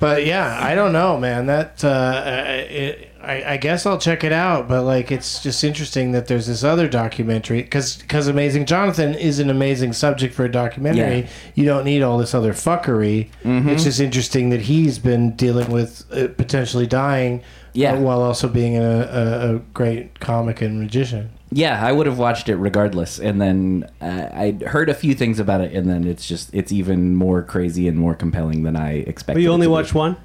Speaker 4: but yeah, I don't know, man. That uh, I- it, I, I guess I'll check it out. But like, it's just interesting that there's this other documentary because Amazing Jonathan is an amazing subject for a documentary.
Speaker 8: Yeah. Mm-hmm.
Speaker 4: You don't need all this other fuckery. It's just interesting that he's been dealing with uh, potentially dying.
Speaker 8: Yeah.
Speaker 4: uh, While also being a, a, a great comic and magician.
Speaker 8: Yeah, I would have watched it regardless. And then uh, I heard a few things about it, and then it's just it's even more crazy and more compelling than I expected.
Speaker 5: But you
Speaker 8: it
Speaker 5: only
Speaker 8: to be.
Speaker 5: watch one?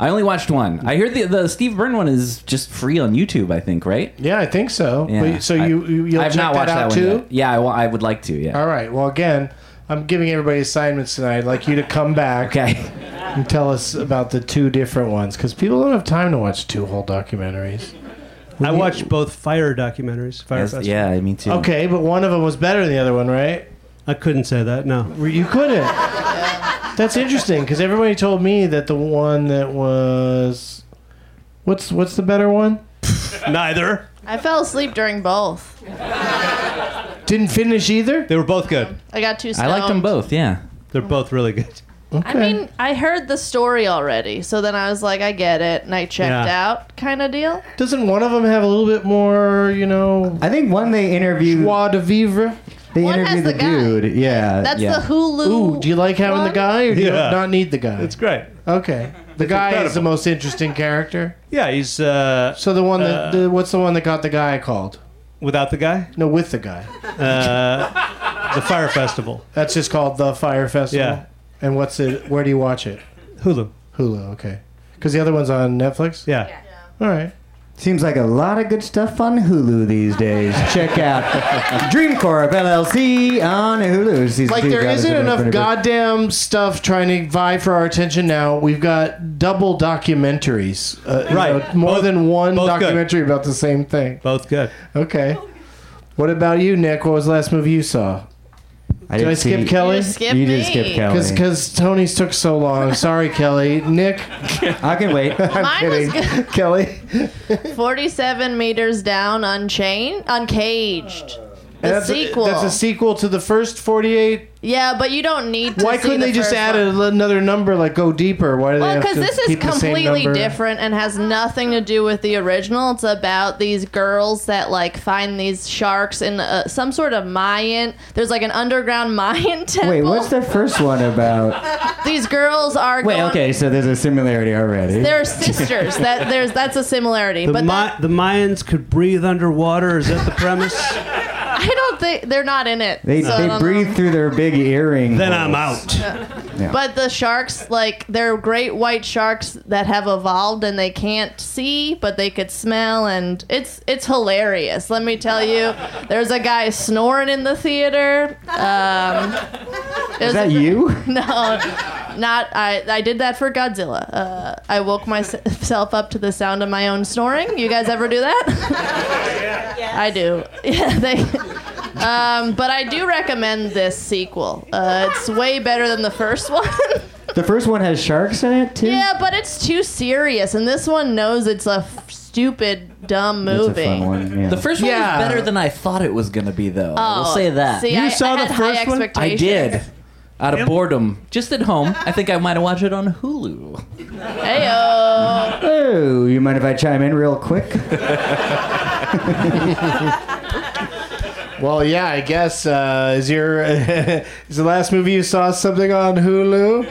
Speaker 8: I only watched one. I heard the the Steve Byrne one is just free on YouTube. I think right.
Speaker 4: Yeah, I think so.
Speaker 8: Yeah.
Speaker 4: But, so
Speaker 8: I-
Speaker 4: you you you'll
Speaker 8: I've
Speaker 4: check
Speaker 8: not
Speaker 4: that
Speaker 8: watched
Speaker 4: out
Speaker 8: that
Speaker 4: too.
Speaker 8: one yet. Yeah, I, wa- I would like to. Yeah.
Speaker 4: All right. Well, again, I'm giving everybody assignments tonight. I'd like you to come back
Speaker 8: Okay.
Speaker 4: and tell us about the two different ones because people don't have time to watch two whole documentaries.
Speaker 5: I watched both fire documentaries. Fire
Speaker 8: As-
Speaker 5: festival.
Speaker 8: yeah, me too.
Speaker 4: Okay, but one of them was better than the other one, right?
Speaker 5: I couldn't say that. No.
Speaker 4: Well, You couldn't. That's interesting because everybody told me that the one that was what's what's the better one
Speaker 5: Neither.
Speaker 7: I fell asleep during both.
Speaker 4: didn't finish either.
Speaker 5: They were both good.
Speaker 7: I got too
Speaker 8: I
Speaker 7: stoned.
Speaker 8: liked them both. Yeah.
Speaker 5: They're both really good.
Speaker 7: I mean, I heard the story already, so then I was like, I get it, and I checked
Speaker 5: Yeah.
Speaker 7: out, kind of deal.
Speaker 4: Doesn't one of them have a little bit more, you know,
Speaker 6: I think one they interviewed.
Speaker 4: joie de vivre?
Speaker 6: They
Speaker 7: One has
Speaker 6: interviewed
Speaker 7: the
Speaker 6: the,
Speaker 7: guy.
Speaker 6: dude. Yeah.
Speaker 7: That's
Speaker 8: Yeah.
Speaker 7: the Hulu.
Speaker 4: Ooh, do you like having
Speaker 7: one?
Speaker 4: the guy, or do you
Speaker 5: Yeah.
Speaker 4: not need the guy?
Speaker 5: It's great.
Speaker 4: Okay. The guy is
Speaker 5: incredible.
Speaker 4: the most interesting character.
Speaker 5: Yeah, he's uh,
Speaker 4: So the one that the, what's the one that got the guy called?
Speaker 5: without the guy. uh,
Speaker 4: No, with the guy.
Speaker 5: The Fire Festival.
Speaker 4: That's just called the Fire Festival.
Speaker 5: Yeah.
Speaker 4: And what's it? Where do you watch it?
Speaker 5: Hulu.
Speaker 4: Hulu. Okay. Because the other one's on Netflix.
Speaker 5: Yeah.
Speaker 4: All right.
Speaker 6: Seems like a lot of good stuff on Hulu these days. Check out Dream Corp LLC on Hulu. Season
Speaker 4: Like
Speaker 6: two,
Speaker 4: there
Speaker 6: God is
Speaker 4: isn't
Speaker 6: a
Speaker 4: enough
Speaker 6: different-
Speaker 4: goddamn stuff trying to vie for our attention now. We've got double documentaries. Uh, you know,
Speaker 5: Right.
Speaker 4: more
Speaker 5: Both-
Speaker 4: than one
Speaker 5: both good.
Speaker 4: documentary about the same thing.
Speaker 5: Both good.
Speaker 4: Okay. What about you, Nick? What was the last movie you saw? Did I
Speaker 6: didn't
Speaker 4: skip
Speaker 6: see-
Speaker 4: Kelly?
Speaker 7: You just skipped
Speaker 6: You
Speaker 7: me.
Speaker 6: did skip Kelly.
Speaker 4: Because because Tony's took so long. Sorry, Kelly. Nick,
Speaker 6: I can wait.
Speaker 7: Mine was good.
Speaker 4: Kelly.
Speaker 7: 47 meters down, unchained, uncaged. The
Speaker 4: that's
Speaker 7: sequel.
Speaker 4: A, that's a sequel to the first 48.
Speaker 7: yeah, but you don't need to.
Speaker 4: Why
Speaker 7: see
Speaker 4: couldn't
Speaker 7: the
Speaker 4: they just
Speaker 7: first
Speaker 4: add
Speaker 7: one.
Speaker 4: a- another number, like go deeper? Why do
Speaker 7: Well,
Speaker 4: they have
Speaker 7: because
Speaker 4: to
Speaker 7: this is
Speaker 4: keep the same
Speaker 7: completely
Speaker 4: number?
Speaker 7: different and has nothing to do with the original. It's about these girls that like find these sharks in uh, some sort of Mayan. There's like an underground Mayan temple.
Speaker 6: Wait, what's the first one about?
Speaker 7: These girls are
Speaker 6: Wait,
Speaker 7: going-
Speaker 6: okay, so there's a similarity already.
Speaker 7: They're sisters. that there's that's a similarity.
Speaker 5: The,
Speaker 7: but
Speaker 5: Mi-
Speaker 7: that-
Speaker 5: the Mayans could breathe underwater. Is that the premise?
Speaker 7: I don't think they're not in it.
Speaker 6: they
Speaker 7: so I
Speaker 6: they
Speaker 7: don't know.
Speaker 6: breathe through their big earring.
Speaker 5: then I'm
Speaker 6: holes.
Speaker 5: out.
Speaker 7: But the sharks, like, they're great white sharks that have evolved and they can't see, but they could smell, and it's it's hilarious. Let me tell you, there's a guy snoring in the theater. Um,
Speaker 6: Is that you?
Speaker 7: No, Not I. I did that for Godzilla. Uh, I woke myself up to the sound of my own snoring. You guys ever do that? I do. Yeah, they. Um, but I do recommend this sequel. Uh, it's way better than the first one.
Speaker 6: The first one has sharks in it too.
Speaker 7: yeah, but it's too serious, and this one knows it's a f- stupid, dumb
Speaker 6: That's a
Speaker 7: movie.
Speaker 6: fun one. Yeah.
Speaker 9: The first one
Speaker 4: Yeah.
Speaker 9: was better than I thought it was going to be, though. I will
Speaker 7: Oh,
Speaker 9: say that.
Speaker 7: See,
Speaker 5: You
Speaker 7: I,
Speaker 5: saw
Speaker 7: I
Speaker 5: the
Speaker 7: had high
Speaker 5: first one? I
Speaker 9: I
Speaker 7: expectations.
Speaker 9: did. Out of boredom, just at home. I think I might have watched it on Hulu.
Speaker 7: Heyo.
Speaker 6: oh, you mind if I chime in real quick?
Speaker 4: Well, yeah, I guess uh, is your is the last movie you saw something on Hulu?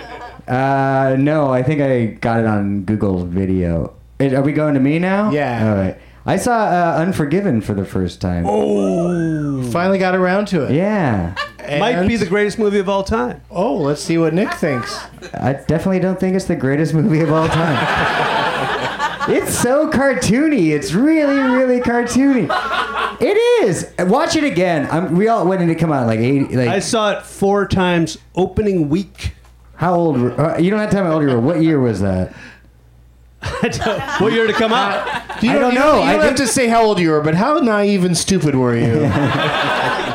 Speaker 6: Uh, no, I think I got it on Google Video. Is- Are we going to me now?
Speaker 4: Yeah.
Speaker 6: All right. I saw uh, Unforgiven for the first time. Oh.
Speaker 4: Finally got around to it.
Speaker 6: Yeah.
Speaker 5: Might
Speaker 4: And-
Speaker 5: be the greatest movie of all time.
Speaker 4: Oh, let's see what Nick thinks.
Speaker 6: I definitely don't think it's the greatest movie of all time. it's so cartoony. It's really, really cartoony. It is. Watch it again. I'm, we all when did it come out? Like eighty. Like
Speaker 5: I saw it four times opening week.
Speaker 6: how old? were- Uh, you don't have to tell me how old you were. What year was that?
Speaker 5: I don't- what year to come out?
Speaker 4: You
Speaker 6: I don't
Speaker 4: you
Speaker 6: know.
Speaker 4: You
Speaker 6: I
Speaker 4: don't have to
Speaker 6: think-
Speaker 4: say how old you were, but how naive and stupid were you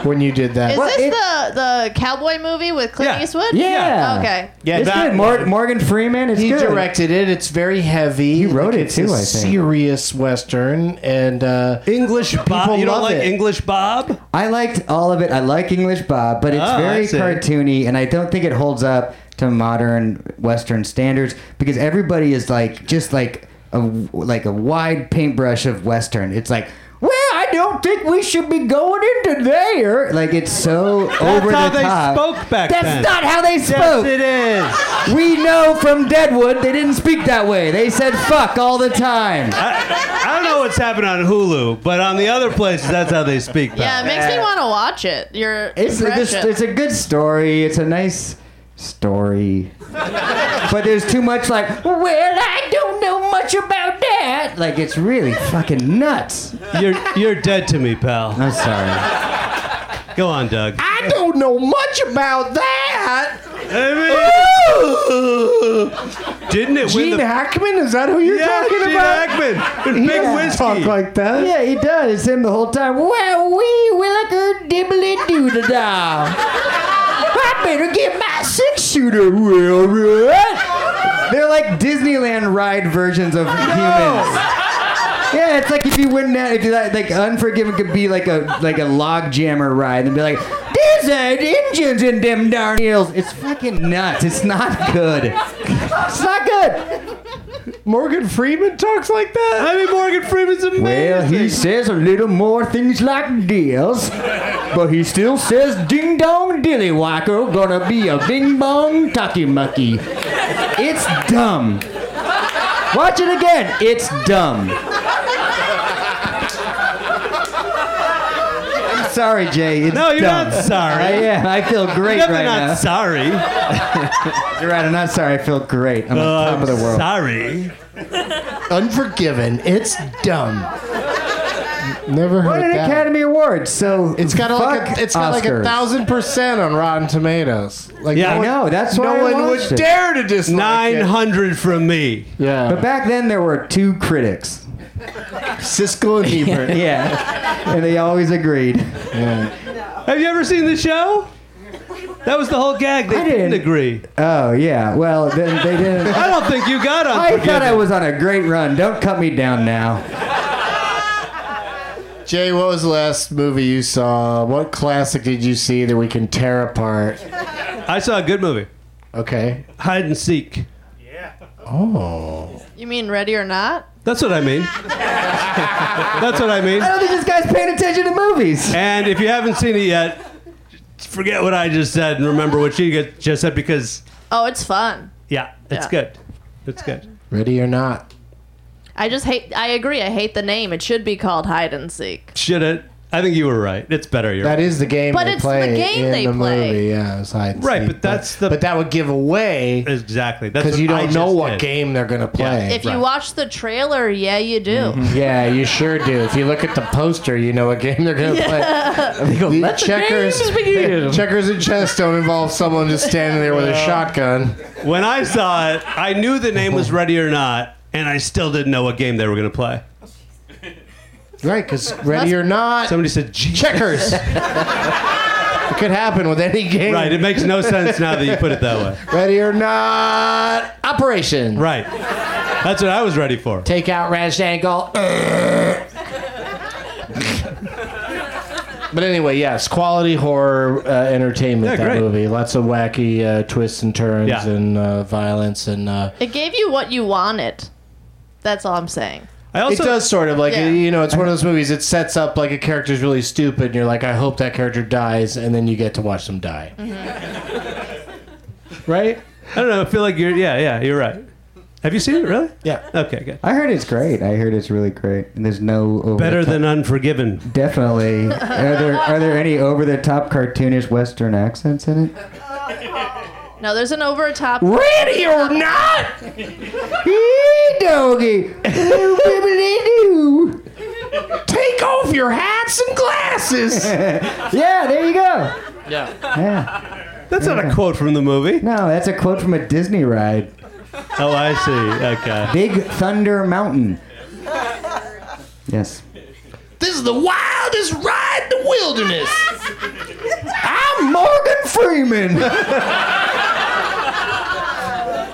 Speaker 4: when you did that?
Speaker 7: Is
Speaker 6: Well,
Speaker 7: this
Speaker 6: it-
Speaker 7: the the cowboy movie with Clint
Speaker 5: Yeah.
Speaker 7: Eastwood?
Speaker 6: Yeah.
Speaker 7: Okay.
Speaker 4: Yeah,
Speaker 6: it's
Speaker 4: that-
Speaker 6: good. Mor- Morgan Freeman. It's
Speaker 4: He
Speaker 6: good.
Speaker 4: directed it. It's very heavy. He
Speaker 6: wrote it,
Speaker 4: it's
Speaker 6: too,
Speaker 4: a
Speaker 6: I think.
Speaker 4: serious western, and uh,
Speaker 5: English Bob.
Speaker 4: People
Speaker 5: You don't
Speaker 4: love
Speaker 5: like
Speaker 4: it.
Speaker 5: English Bob?
Speaker 6: I liked all of it. I like English Bob, but it's
Speaker 5: Oh, I
Speaker 6: very
Speaker 5: see.
Speaker 6: cartoony, and I don't think it holds up to modern Western standards because everybody is like just like a like a wide paintbrush of Western. It's like. Well, I don't think we should be going into there. Like it's so over
Speaker 5: how
Speaker 6: the
Speaker 5: they
Speaker 6: top.
Speaker 5: spoke back
Speaker 6: That's
Speaker 5: then.
Speaker 6: not how they spoke.
Speaker 5: is.
Speaker 6: We know from Deadwood they didn't speak that way. They said fuck all the time.
Speaker 5: I, I don't know what's happening on Hulu, but on the other places, that's how they speak. Back.
Speaker 7: Yeah, it makes me want to watch it. Your
Speaker 6: It's a, good,
Speaker 7: impression.
Speaker 6: it's a good story. It's a nice story. but there's too much like, well, I don't know much about that. Like, it's really fucking nuts.
Speaker 5: You're you're dead to me, pal.
Speaker 6: I'm sorry.
Speaker 5: Go on, Doug.
Speaker 4: I don't know much about that.
Speaker 5: Didn't it win
Speaker 4: Gene
Speaker 5: the?
Speaker 4: Hackman? Is that who you're
Speaker 5: yeah,
Speaker 4: talking
Speaker 5: Gene
Speaker 4: about?
Speaker 5: Hackman.
Speaker 4: He
Speaker 5: With big
Speaker 4: doesn't
Speaker 5: whiskey.
Speaker 4: talk like that.
Speaker 6: Yeah, he does. It's him the whole time. Well, we williker dibbly doo da da. I better get my six shooter, real right. They're like Disneyland ride versions of humans. Yeah, it's like if you wouldn't have, if you like, like Unforgiven could be like a like a log jammer ride and be like, there's uh, engines in them darn hills. It's fucking nuts. It's not good. It's not good.
Speaker 4: Morgan Freeman talks like that. I mean, Morgan Freeman's amazing.
Speaker 6: Well, he says a little more things like deals, but he still says ding dong dilly wacker, gonna be a bing bong tucky mucky. It's dumb. Watch it again. It's dumb. I'm sorry, Jay. It's
Speaker 5: No, you're
Speaker 6: dumb.
Speaker 5: not sorry.
Speaker 6: I am. I feel great
Speaker 5: Definitely
Speaker 6: right
Speaker 5: not
Speaker 6: now.
Speaker 5: sorry.
Speaker 6: You're right. I'm not sorry. I feel great. I'm on top of the
Speaker 5: Oh, I'm
Speaker 6: world.
Speaker 5: Uh, Sorry.
Speaker 4: Unforgiven. It's dumb. Never heard
Speaker 6: Won an
Speaker 4: that.
Speaker 6: Academy Award, so
Speaker 4: It's got like
Speaker 6: fuck
Speaker 4: a, it's got like a
Speaker 6: Oscars.
Speaker 4: thousand percent on Rotten Tomatoes. Like
Speaker 5: Yeah.
Speaker 4: no
Speaker 6: I
Speaker 4: one,
Speaker 6: know. That's why
Speaker 4: no
Speaker 6: I
Speaker 4: one would
Speaker 6: watched it.
Speaker 4: dare to dislike
Speaker 5: Nine
Speaker 4: it.
Speaker 5: hundred from me.
Speaker 4: Yeah,
Speaker 6: But back then there were two critics.
Speaker 4: Siskel and Ebert.
Speaker 6: Yeah. and they always agreed.
Speaker 5: Have you ever seen the show? That was the whole gag. They
Speaker 6: I
Speaker 5: didn't,
Speaker 6: didn't.
Speaker 5: agree.
Speaker 6: Oh yeah. Well, then they didn't.
Speaker 5: I don't think you got on.
Speaker 6: I thought I was on a great run. Don't cut me down now.
Speaker 4: Jay, what was the last movie you saw? What classic did you see that we can tear apart?
Speaker 5: I saw a good movie.
Speaker 4: Okay.
Speaker 5: Hide and seek.
Speaker 7: you mean Ready or Not?
Speaker 5: That's what I mean. That's what I mean.
Speaker 6: I don't think this guy's paying attention to movies.
Speaker 5: And if you haven't seen it yet, forget what I just said and remember what she get- just said because
Speaker 7: Oh, it's fun.
Speaker 5: yeah, it's
Speaker 7: Yeah.
Speaker 5: good. It's good.
Speaker 4: Ready or not?
Speaker 7: I just hate. I agree. I hate the name. It should be called Hide and Seek.
Speaker 5: Should it? I think you were right. It's better. You're
Speaker 4: That is the game
Speaker 7: But
Speaker 4: they
Speaker 7: it's the
Speaker 4: play
Speaker 7: game
Speaker 4: in
Speaker 7: they
Speaker 4: the
Speaker 7: play.
Speaker 4: movie. Yeah, it's hide and
Speaker 5: Right,
Speaker 4: seek,
Speaker 5: but that's the-
Speaker 4: But that would give away
Speaker 5: exactly That's
Speaker 4: because
Speaker 5: what
Speaker 4: you
Speaker 5: I
Speaker 4: don't know
Speaker 5: just
Speaker 4: what
Speaker 5: did.
Speaker 4: game they're gonna play.
Speaker 7: If you watch the trailer, yeah, you do.
Speaker 4: yeah, you sure do. If you look at the poster, you know what game they're gonna play. They go,
Speaker 7: "Let the
Speaker 4: checkers,
Speaker 7: games begin."
Speaker 4: checkers and chess don't involve someone just standing there with a shotgun.
Speaker 5: When I saw it, I knew the name was ready or not, and I still didn't know what game they were going to play.
Speaker 4: Right, because ready or not,
Speaker 5: Somebody said Jesus.
Speaker 4: checkers. it could happen with any game.
Speaker 5: Right, it makes no sense now that you put it that way.
Speaker 4: Ready or not, Uh, operation.
Speaker 5: Right. That's what I was ready for.
Speaker 4: Take out Rashangle. but anyway, yes, quality horror uh, entertainment.
Speaker 5: Yeah,
Speaker 4: that
Speaker 5: great.
Speaker 4: movie, lots of wacky uh, twists and turns
Speaker 5: Yeah.
Speaker 4: and uh, violence, and uh,
Speaker 7: It gave you what you wanted. That's all I'm saying.
Speaker 5: I also
Speaker 4: it does sort of like
Speaker 7: Yeah.
Speaker 4: you know, it's one of those movies. It sets up like a character's really stupid, and you're like, I hope that character dies, and then you get to watch them die.
Speaker 7: Mm-hmm.
Speaker 4: right?
Speaker 5: I don't know. I feel like you're. Yeah, yeah. You're right. Have you seen it? Really?
Speaker 4: Yeah.
Speaker 5: Okay. Good.
Speaker 6: I heard it's great. I heard it's really great. And there's no over
Speaker 5: Better than Unforgiven.
Speaker 6: definitely. are there are there any over the top cartoonish Western accents in it?
Speaker 7: No, there's an over top.
Speaker 4: Ready or not?
Speaker 6: Hey, doggy. Boop-a-dee-doo.
Speaker 4: Take off your hats and glasses.
Speaker 6: yeah, there you go.
Speaker 4: yeah.
Speaker 6: Yeah.
Speaker 5: That's not a quote from the movie.
Speaker 6: No, that's a quote from a Disney ride.
Speaker 5: Oh, I see. Okay.
Speaker 6: Big Thunder Mountain. Yes.
Speaker 4: This is the wildest ride in the wilderness.
Speaker 6: I'm Morgan Freeman.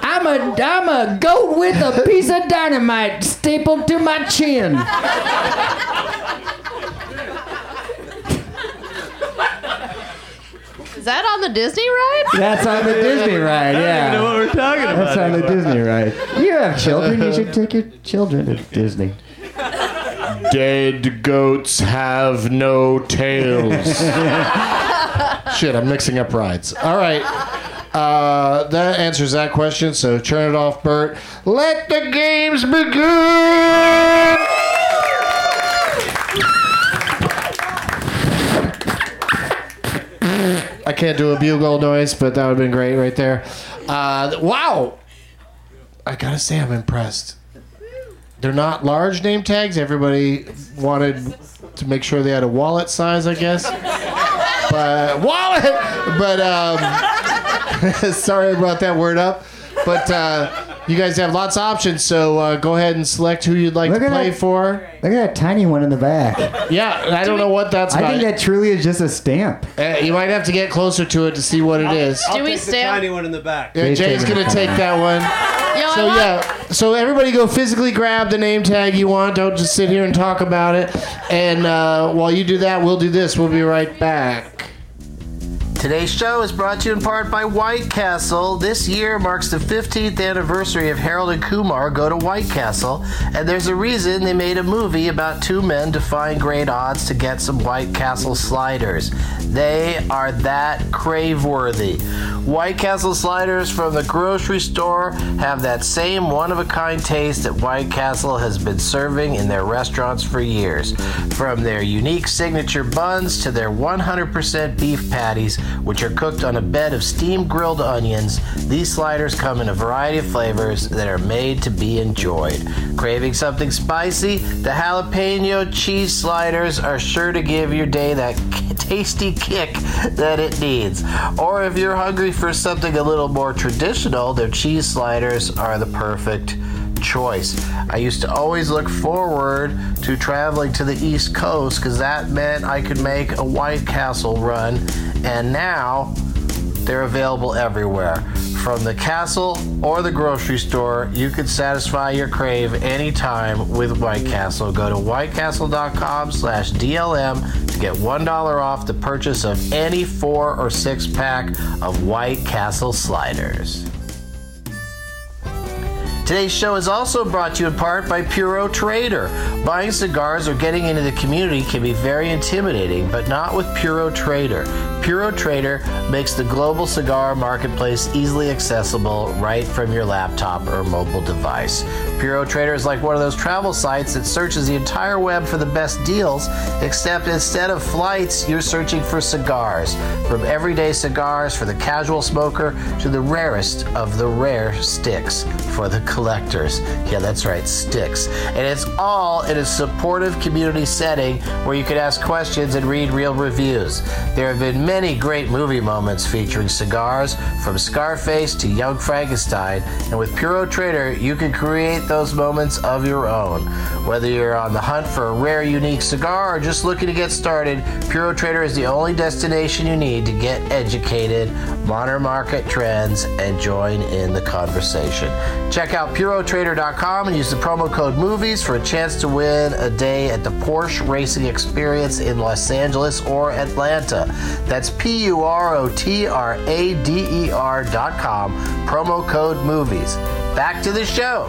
Speaker 6: I'm a I'm a goat with a piece of dynamite stapled to my chin.
Speaker 7: Is that on the Disney ride?
Speaker 6: That's on the Disney ride,
Speaker 5: I don't even know what
Speaker 6: yeah.
Speaker 5: we're talking about.
Speaker 6: That's on the
Speaker 5: anymore.
Speaker 6: Disney ride. You have children, you should take your children to Disney.
Speaker 4: Dead goats have no tails. Shit, I'm mixing up rides. All right. Uh, that answers that question, so turn it off, Bert. Let the games begin! I can't do a bugle noise, but that would have been great right there. Uh, th- wow! I gotta say, I'm impressed. They're not large name tags. Everybody wanted to make sure they had a wallet size, I guess. But wallet. But um, sorry I brought that word up. But uh, you guys have lots of options, so uh, go ahead and select who you'd like
Speaker 6: Look
Speaker 4: to
Speaker 6: at
Speaker 4: play
Speaker 6: that.
Speaker 4: for.
Speaker 6: Look at that tiny one in the back.
Speaker 4: Yeah, and I don't know what that's
Speaker 6: I
Speaker 4: about.
Speaker 6: think that truly is just a stamp.
Speaker 4: Uh, you might have to get closer to it to see what it is.
Speaker 7: Do we
Speaker 5: Take the
Speaker 7: stand?
Speaker 5: tiny one in the back.
Speaker 4: Yeah, Jay's gonna take that one.
Speaker 7: Yo, I
Speaker 4: So
Speaker 7: want-
Speaker 4: yeah, so everybody go physically grab the name tag you want. Don't just sit here and talk about it. And uh, while you do that, we'll do this. We'll be right back.
Speaker 10: Today's show is brought to you in part by White Castle. This year marks the 15th anniversary of Harold and Kumar Go to White Castle, and there's a reason they made a movie about two men defying great odds to get some White Castle sliders. They are that crave worthy. White Castle sliders from the grocery store have that same one of a kind taste that White Castle has been serving in their restaurants for years. From their unique signature buns to their 100% beef patties, which are cooked on a bed of steam grilled onions, these sliders come in a variety of flavors that are made to be enjoyed. Craving something spicy? The jalapeno cheese sliders are sure to give your day that k- tasty kick that it needs. Or if you're hungry for something a little more traditional, their cheese sliders are the perfect choice. I used to always look forward to traveling to the East Coast because that meant I could make a White Castle run, and now they're available everywhere. From the castle or the grocery store, you can satisfy your crave anytime with White Castle. Go to whitecastle.com slash DLM to get $1 off the purchase of any four or six pack of White Castle sliders. Today's show is also brought to you in part by Puro Trader. Buying cigars or getting into the community can be very intimidating, but not with Puro Trader. Puro Trader makes the global cigar marketplace easily accessible right from your laptop or mobile device. Puro Trader is like one of those travel sites that searches the entire web for the best deals, except instead of flights, you're searching for cigars. From everyday cigars for the casual smoker to the rarest of the rare sticks for the collectors. Yeah, that's right, sticks. And it's all in a supportive community setting where you can ask questions and read real reviews. There have been many great movie moments featuring cigars, from Scarface to Young Frankenstein, and with Puro Trader, you can create those moments of your own. Whether you're on the hunt for a rare, unique cigar or just looking to get started, Puro Trader is the only destination you need to get educated, monitor market trends, and join in the conversation. Check out PuroTrader.com and use the promo code MOVIES for a chance to win a day at the Porsche Racing Experience in Los Angeles or Atlanta. That's P U R O T R A D E R.com, promo code MOVIES. Back to the show.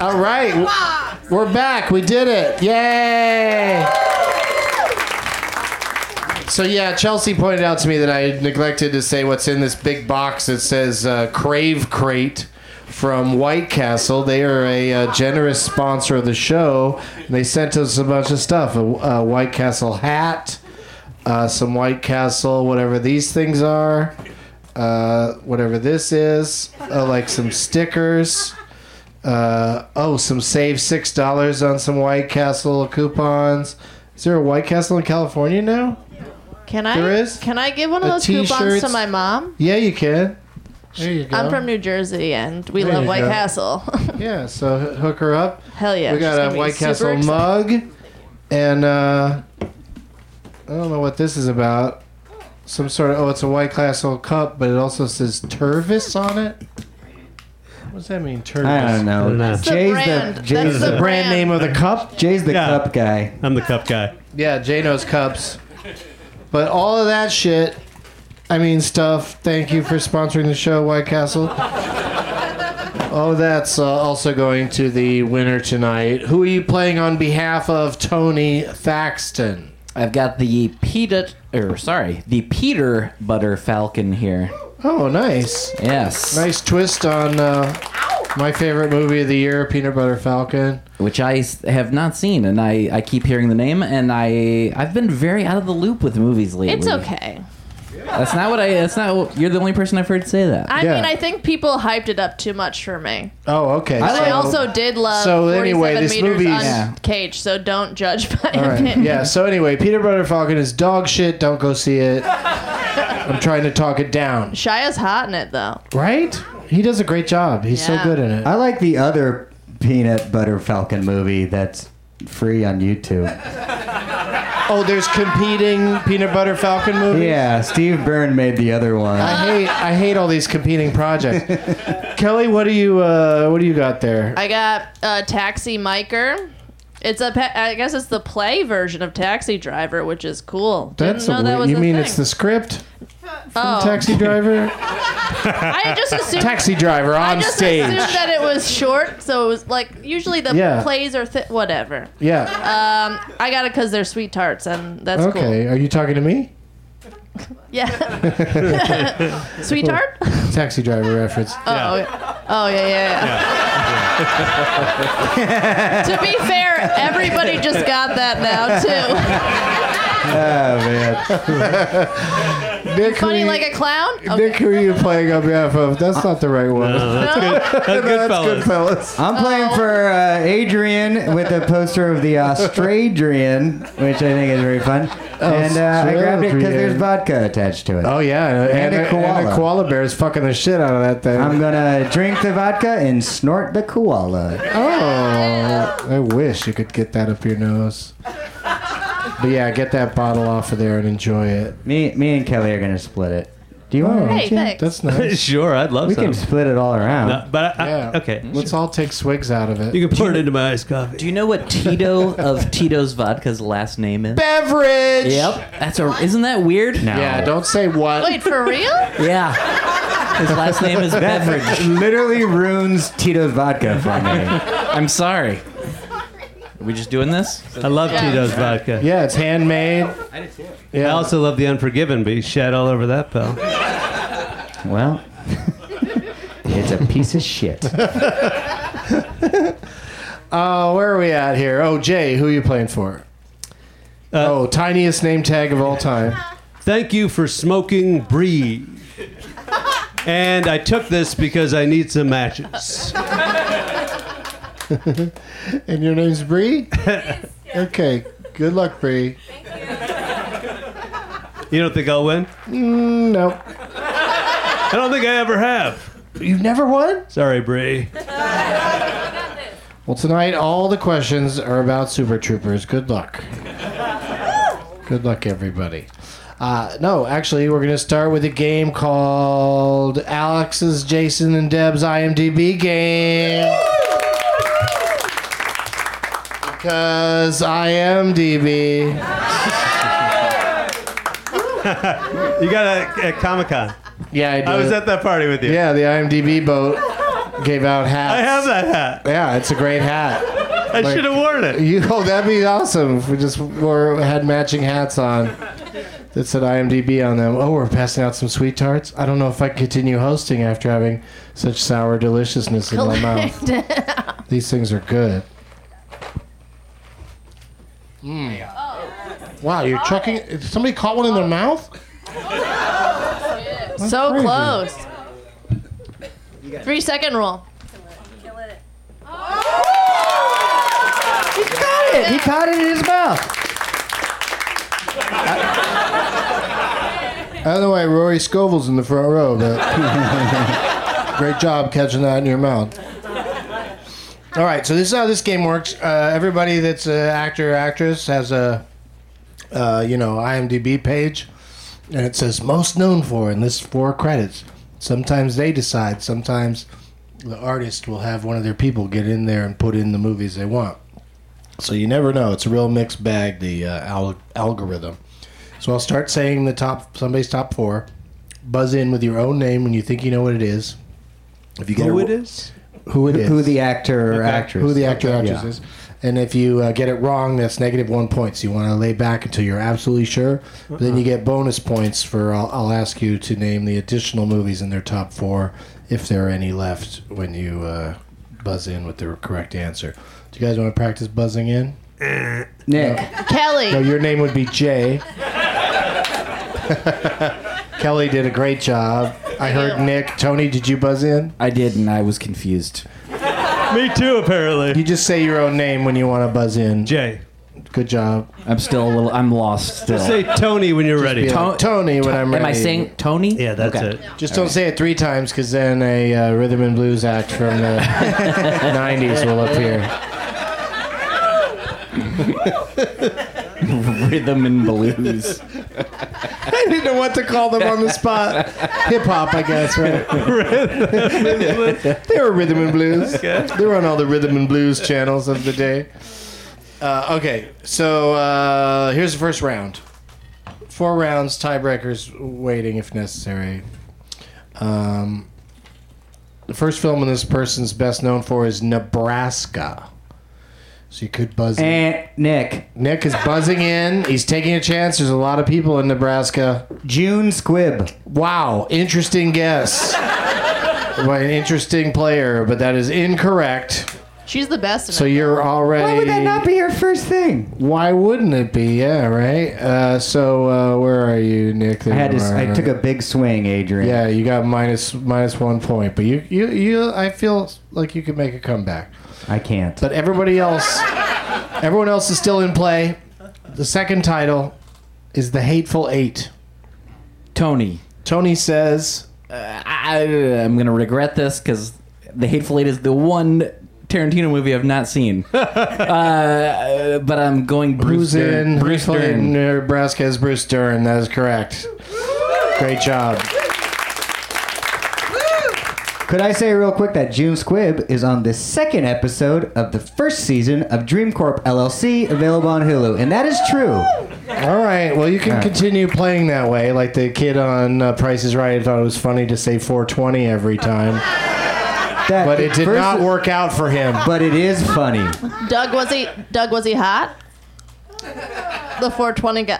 Speaker 4: All right. w- We're back. We did it. Yay. So, yeah, Chelsea pointed out to me that I neglected to say what's in this big box that says uh, Crave Crate from White Castle. They are a uh, generous sponsor of the show. They sent us a bunch of stuff a, a White Castle hat, uh, some White Castle, whatever these things are, uh, whatever this is, uh, like some stickers. Uh, oh, some save six dollars on some White Castle coupons. Is there a White Castle in California now?
Speaker 7: Can I?
Speaker 4: There is?
Speaker 7: Can I give one of
Speaker 4: The
Speaker 7: those coupons to
Speaker 4: t-shirts.
Speaker 7: my mom?
Speaker 4: Yeah, you can. There you go.
Speaker 7: I'm from New Jersey, and we
Speaker 4: There
Speaker 7: love
Speaker 4: you
Speaker 7: White
Speaker 4: go.
Speaker 7: Castle.
Speaker 4: yeah, so h- hook her up.
Speaker 7: Hell yeah,
Speaker 4: We
Speaker 7: she's
Speaker 4: got
Speaker 7: gonna
Speaker 4: a
Speaker 7: be
Speaker 4: White
Speaker 7: super
Speaker 4: Castle
Speaker 7: excited.
Speaker 4: mug, and uh, I don't know what this is about. Some sort of oh, it's a White Castle cup, but it also says Turvis on it. What does that mean, Turvis?
Speaker 6: I don't know. Jay's the, Jay's
Speaker 4: That's the brand name of the cup.
Speaker 6: Jay's the cup guy.
Speaker 5: I'm the cup guy.
Speaker 4: Yeah, Jay knows cups. But all of that shit, I mean stuff. Thank you for sponsoring the show, White Castle. Oh, that's uh, also going to the winner tonight. Who are you playing on behalf of, Tony Thaxton?
Speaker 8: I've got the Peter, or sorry, the Peter Butter Falcon here.
Speaker 4: Oh, nice.
Speaker 8: Yes.
Speaker 4: Nice twist on uh, my favorite movie of the year, Peanut Butter Falcon.
Speaker 8: Which I s- have not seen, and I, I keep hearing the name, and I I've been very out of the loop with movies lately.
Speaker 7: it's okay.
Speaker 8: That's not what I. That's not. what- You're the only person I've heard say that.
Speaker 7: I mean, I think people hyped it up too much for me.
Speaker 4: Oh, okay.
Speaker 7: But I
Speaker 4: so-
Speaker 7: also did love
Speaker 4: so
Speaker 7: 47
Speaker 4: anyway, this
Speaker 7: meters
Speaker 4: movie's-
Speaker 7: on
Speaker 4: Yeah.
Speaker 7: Cage, so don't judge by
Speaker 4: All right.
Speaker 7: opinion.
Speaker 4: Yeah. So anyway, Peter Butter Falcon is dog shit. Don't go see it. I'm trying to talk it down.
Speaker 7: Shia's hot in it, though.
Speaker 4: Right? He does a great job. He's
Speaker 7: Yeah.
Speaker 4: so good in it.
Speaker 6: I like the other Peanut Butter Falcon movie that's free on YouTube.
Speaker 4: Oh, there's competing Peanut Butter Falcon movies.
Speaker 6: Yeah, Steve Byrne made the other one.
Speaker 4: I hate I hate all these competing projects. Kelly, what do you uh, what do you got there?
Speaker 7: I got uh, Taxi Miker. It's a, pa- I guess it's the play version of Taxi Driver, which is cool.
Speaker 4: That's
Speaker 7: Didn't
Speaker 4: a
Speaker 7: know that
Speaker 4: weird-
Speaker 7: was
Speaker 4: you
Speaker 7: a
Speaker 4: mean
Speaker 7: thing.
Speaker 4: it's the script?
Speaker 7: oh.
Speaker 4: Taxi driver.
Speaker 7: I just assumed
Speaker 4: Taxi driver
Speaker 7: I
Speaker 4: on
Speaker 7: just
Speaker 4: stage.
Speaker 7: assumed that it was short, so it was like usually the
Speaker 4: Yeah.
Speaker 7: plays are thi- whatever.
Speaker 4: Yeah.
Speaker 7: Um, I got it because they're sweet tarts, and that's
Speaker 4: okay. Are you talking to me?
Speaker 7: cool. Yeah, sweet tart. Oh,
Speaker 4: Taxi driver reference.
Speaker 7: yeah. oh yeah, yeah. yeah. to be fair, everybody just got that now too.
Speaker 6: Oh man.
Speaker 4: Nick, who
Speaker 7: Funny
Speaker 4: you-
Speaker 7: like a clown?
Speaker 4: Nick, who are you playing on behalf of? That's not the right one.
Speaker 7: that's No? good- that's
Speaker 4: Goodfellas.
Speaker 6: I'm playing for uh, Adrian with a poster of the Ostradrian, which I think is very fun. And uh, I grabbed it because there's vodka attached to it.
Speaker 4: Oh yeah,
Speaker 6: And
Speaker 4: and,
Speaker 6: a
Speaker 4: a, and
Speaker 6: koala.
Speaker 4: a koala bear is fucking the shit out of that thing.
Speaker 6: I'm gonna drink the vodka and snort the koala.
Speaker 4: Oh, I wish you could get that up your nose. But yeah, get that bottle off of there and enjoy it.
Speaker 6: Me, me and Kelly are gonna split it. Do you want?
Speaker 4: Oh,
Speaker 7: Hey, thanks.
Speaker 4: That's nice.
Speaker 5: sure, I'd love
Speaker 6: We
Speaker 5: some.
Speaker 6: can split it all around.
Speaker 5: No, but I, I, okay,
Speaker 4: Let's all take swigs out of it.
Speaker 5: you can pour it into my iced coffee.
Speaker 9: Do you know what Tito of Tito's Vodka's last name is?
Speaker 4: Beverage.
Speaker 9: Yep, that's a. Isn't that weird?
Speaker 6: No.
Speaker 4: Yeah. Don't say what.
Speaker 7: Wait, for real?
Speaker 9: Yeah. His last name is
Speaker 6: That
Speaker 9: Beverage.
Speaker 6: literally ruins Tito's vodka for me.
Speaker 9: I'm sorry. Are we just doing this?
Speaker 5: I love
Speaker 7: Yeah.
Speaker 5: Tito's vodka.
Speaker 4: Yeah, it's handmade.
Speaker 5: I also love the Unforgiven, but you shed all over that pill.
Speaker 6: Well, it's a piece of shit.
Speaker 4: Oh, where are we at here? Oh, Jay, who are you playing for? oh, tiniest name tag of all time.
Speaker 5: Thank you for smoking breed. And I took this because I need some matches.
Speaker 4: And your name's Bree? okay. Good luck, Bree.
Speaker 5: You don't think I'll win?
Speaker 4: Mm, nope.
Speaker 5: I don't think I ever have.
Speaker 4: You've never won?
Speaker 5: Sorry, Bree.
Speaker 4: Well, tonight all the questions are about Super Troopers. Good luck. Good luck, everybody. Uh, no, actually, we're going to start with a game called Alex's, Jason, and Deb's IMDb game. Because IMDb.
Speaker 5: You got a, Comic Con.
Speaker 4: Yeah, I, did.
Speaker 5: I was at that party with you.
Speaker 4: Yeah, the IMDb boat gave out hats.
Speaker 5: I have that hat.
Speaker 4: Yeah, it's a great hat.
Speaker 5: I should have worn it.
Speaker 4: You, oh, that'd be awesome if we just wore, had matching hats on that said IMDb on them. Oh, we're passing out some sweet tarts. I don't know if I can continue hosting after having such sour deliciousness in my mouth. These things are good. Mm. Wow, you're chucking. Somebody caught one in their mouth?
Speaker 7: so
Speaker 4: crazy.
Speaker 7: close. Three second rule.
Speaker 6: He caught it in his mouth.
Speaker 4: I don't know why Rory Scovel's in the front row, but great job catching that in your mouth. All right, so this is how this game works. Uh, everybody that's an actor or actress has a, uh, you know, IMDb page, and it says most known for and lists four credits. Sometimes they decide. Sometimes the artist will have one of their people get in there and put in the movies they want. So you never know. It's a real mixed bag. The uh, al- algorithm. So I'll start saying the top somebody's top four. Buzz in with your own name when you think you know what it is. If you get
Speaker 5: Who
Speaker 4: it,
Speaker 5: it is?
Speaker 4: who it is,
Speaker 6: Who the actor or
Speaker 4: Okay.
Speaker 6: actress?
Speaker 4: who the actor or
Speaker 6: Okay,
Speaker 4: actress is, and if you uh, get it wrong, that's negative one points. You want to lay back until you're absolutely sure. But then you get bonus points for I'll, I'll ask you to name the additional movies in their top four if there are any left when you uh, buzz in with the correct answer. Do you guys want to practice buzzing in?
Speaker 6: Nick.
Speaker 4: No,
Speaker 7: Kelly.
Speaker 4: your name would be Jay. Kelly did a great job. I heard Nick. Tony, did you buzz in?
Speaker 8: I did, and I was confused.
Speaker 5: Me too, apparently.
Speaker 4: You just say your own name when you want to buzz in.
Speaker 5: Jay.
Speaker 4: Good job.
Speaker 8: I'm still a little. I'm lost. Still.
Speaker 5: Say Tony when you're ready.
Speaker 4: Be like, Tony, when I'm ready.
Speaker 8: Am I saying Tony?
Speaker 5: Yeah, that's
Speaker 8: Okay.
Speaker 5: it.
Speaker 4: Just don't say it three times because then a uh, rhythm and blues act from the 90s will appear.
Speaker 8: Rhythm and blues.
Speaker 4: I didn't know what to call them on the spot. Hip hop, I guess, right? they were rhythm and blues. They were on all the rhythm and blues channels of the day. Uh, okay, so uh, here's the first round. Four rounds, tiebreakers waiting if necessary. Um, the first film in this person's best known for is Nebraska. So you could buzz in.
Speaker 6: And Nick.
Speaker 4: Nick is buzzing in. He's taking a chance. There's a lot of people in Nebraska.
Speaker 6: June Squibb.
Speaker 4: Wow, interesting guess. By an interesting player, but that is incorrect.
Speaker 7: She's the best. In
Speaker 4: So
Speaker 7: it.
Speaker 4: you're already.
Speaker 7: Why would that not be
Speaker 4: your first thing? Why wouldn't it be? Yeah, right. Uh, so uh, where are you, Nick?
Speaker 6: I had to s- I took a
Speaker 4: big swing, Adrian. Yeah, you got minus minus one point, but you you you. I feel like you could make a comeback.
Speaker 6: I can't.
Speaker 4: But everybody else, everyone else is still in play. The second title is the Hateful Eight.
Speaker 8: Tony.
Speaker 4: Tony says,
Speaker 8: I, "I'm gonna regret this because The Hateful Eight is the one Tarantino movie I've not seen." uh, but I'm going Bruce
Speaker 4: Who's
Speaker 8: Dern.
Speaker 4: in?
Speaker 8: Bruce
Speaker 4: Hateful Eight
Speaker 8: Dern.
Speaker 4: in Nebraska is Bruce Dern. That is correct. Great job.
Speaker 6: Could I say real quick that June Squibb is on the second episode of the first season of DreamCorp LLC, available on Hulu, and that is true.
Speaker 4: All right. Well, you can continue playing that way, like the kid on uh, Price is Right thought it was funny to say 420 every time. but it did
Speaker 6: versus-
Speaker 4: not work out for him.
Speaker 6: But it is funny.
Speaker 7: Doug was he? Doug was he hot? The 420 guy.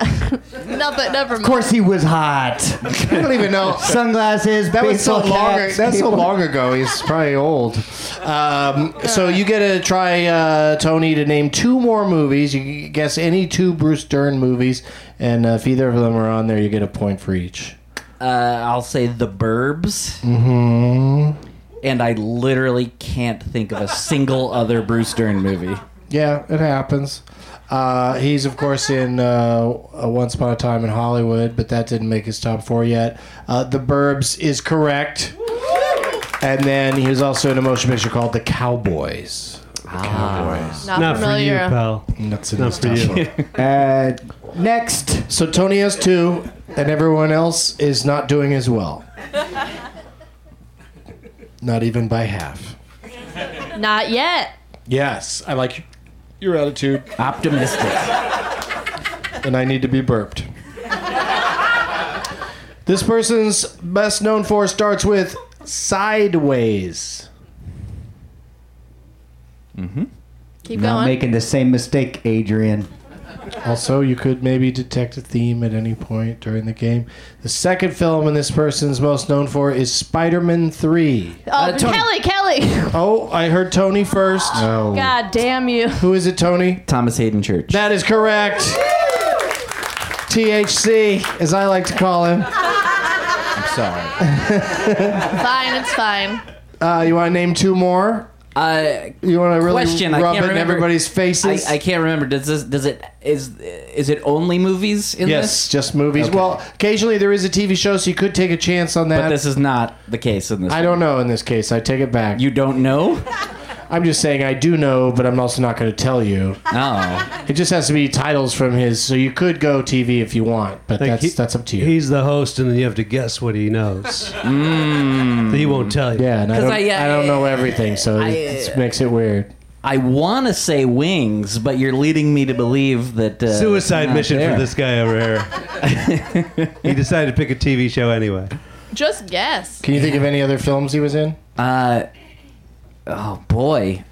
Speaker 7: Nothing. Never
Speaker 6: Of
Speaker 7: mind.
Speaker 6: course, he was hot. I
Speaker 4: don't even know.
Speaker 6: Sunglasses.
Speaker 4: That was so
Speaker 6: baseball
Speaker 4: long.
Speaker 6: caps,
Speaker 4: That's so
Speaker 6: people-
Speaker 4: long ago. He's probably old. Um, so you get to try uh, Tony to name two more movies. You can guess any two Bruce Dern movies, and uh, if either of them are on there, you get a point for each.
Speaker 8: Uh, I'll say The Burbs.
Speaker 4: Mm-hmm.
Speaker 8: And I literally can't think of a single other Bruce Dern movie.
Speaker 4: Yeah, it happens. Uh, he's of course in uh, Once Upon a Time in Hollywood, but that didn't make his top four yet. Uh, the Burbs is correct, and then he was also in a motion picture called The Cowboys. The Cowboys.
Speaker 7: Not Not for familiar. you, pal.
Speaker 4: That's in
Speaker 5: Not
Speaker 4: his
Speaker 5: for
Speaker 4: top
Speaker 5: you.
Speaker 4: four. Uh,
Speaker 6: next.
Speaker 4: So Tony has two, and everyone else is not doing as well. Not even by half.
Speaker 7: Not yet.
Speaker 4: Yes, I like your attitude.
Speaker 8: Optimistic.
Speaker 4: and I need to be burped. This person's best known for starts with sideways.
Speaker 7: Keep
Speaker 6: Not
Speaker 7: going.
Speaker 6: making the same mistake, Adrian.
Speaker 4: Also, you could maybe detect a theme at any point during the game. The second film in this person's most known for is Spider Man 3.
Speaker 7: Oh, Kelly, Kelly.
Speaker 4: Uh, Oh, I heard Tony first. No.
Speaker 7: God damn you.
Speaker 4: Who is it, Tony?
Speaker 8: Thomas Hayden Church.
Speaker 4: That is correct. THC, as I like to call him. I'm sorry.
Speaker 7: Fine, it's fine.
Speaker 4: Uh, you want to name two more?
Speaker 8: Uh,
Speaker 4: you want to really
Speaker 8: Question: I
Speaker 4: rub
Speaker 8: can't
Speaker 4: it in
Speaker 8: remember
Speaker 4: everybody's faces?
Speaker 8: I, I can't remember. Does this? Does it? Is is it only movies in
Speaker 4: yes,
Speaker 8: this?
Speaker 4: just movies.
Speaker 8: Okay.
Speaker 4: Well, occasionally there is a TV show, so you could take a chance on that.
Speaker 8: but this is not the case in this.
Speaker 4: I don't know in this case. I take it back.
Speaker 8: You don't know?
Speaker 4: I'm just saying I do know, but I'm also not going to tell you.
Speaker 8: Oh.
Speaker 4: It just has to be titles from his, so you could go TV if you want, but
Speaker 5: Like,
Speaker 4: that's
Speaker 5: he-
Speaker 4: that's up to you.
Speaker 5: He's the host, and then you have to guess what he knows. He won't tell you.
Speaker 4: Yeah, and I
Speaker 5: 'Cause
Speaker 4: don't,
Speaker 5: I,
Speaker 4: I,
Speaker 5: yeah,
Speaker 4: don't know everything, so
Speaker 5: I-
Speaker 4: it,
Speaker 8: uh,
Speaker 4: it makes it weird.
Speaker 8: I want to say wings, but you're leading me to believe that uh,
Speaker 5: Suicide
Speaker 8: not
Speaker 5: mission
Speaker 8: there.
Speaker 5: for this guy over here. he decided to pick a TV show anyway.
Speaker 7: Just guess.
Speaker 4: Can you think of any other films he was in?
Speaker 8: Uh, oh boy,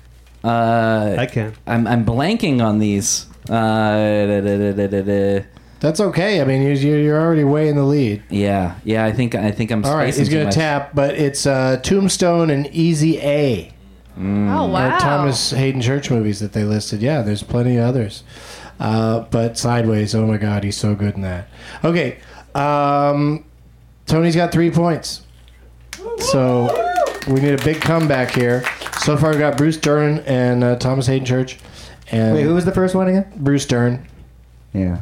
Speaker 8: uh, I
Speaker 5: can.
Speaker 8: I'm I'm blanking on these. Uh, da, da, da, da, da, da.
Speaker 4: That's okay. I mean, you're, you're already way in the lead.
Speaker 8: Yeah, yeah. I think I think I'm.
Speaker 4: All right,
Speaker 8: spacing
Speaker 4: he's
Speaker 8: too
Speaker 4: going to
Speaker 8: much.
Speaker 4: tap, but it's uh, Tombstone and Easy A. Mm,
Speaker 7: Oh, wow.
Speaker 4: Or Thomas Hayden Church movies that they listed. Yeah, there's plenty of others. Uh, but Sideways, oh my God, he's so good in that. Okay, um, Tony's got three points. So we need a big comeback here. So far, we got Bruce Dern and uh, Thomas Hayden Church. And
Speaker 6: Wait, who was the first one again?
Speaker 4: Bruce Dern.
Speaker 6: Yeah.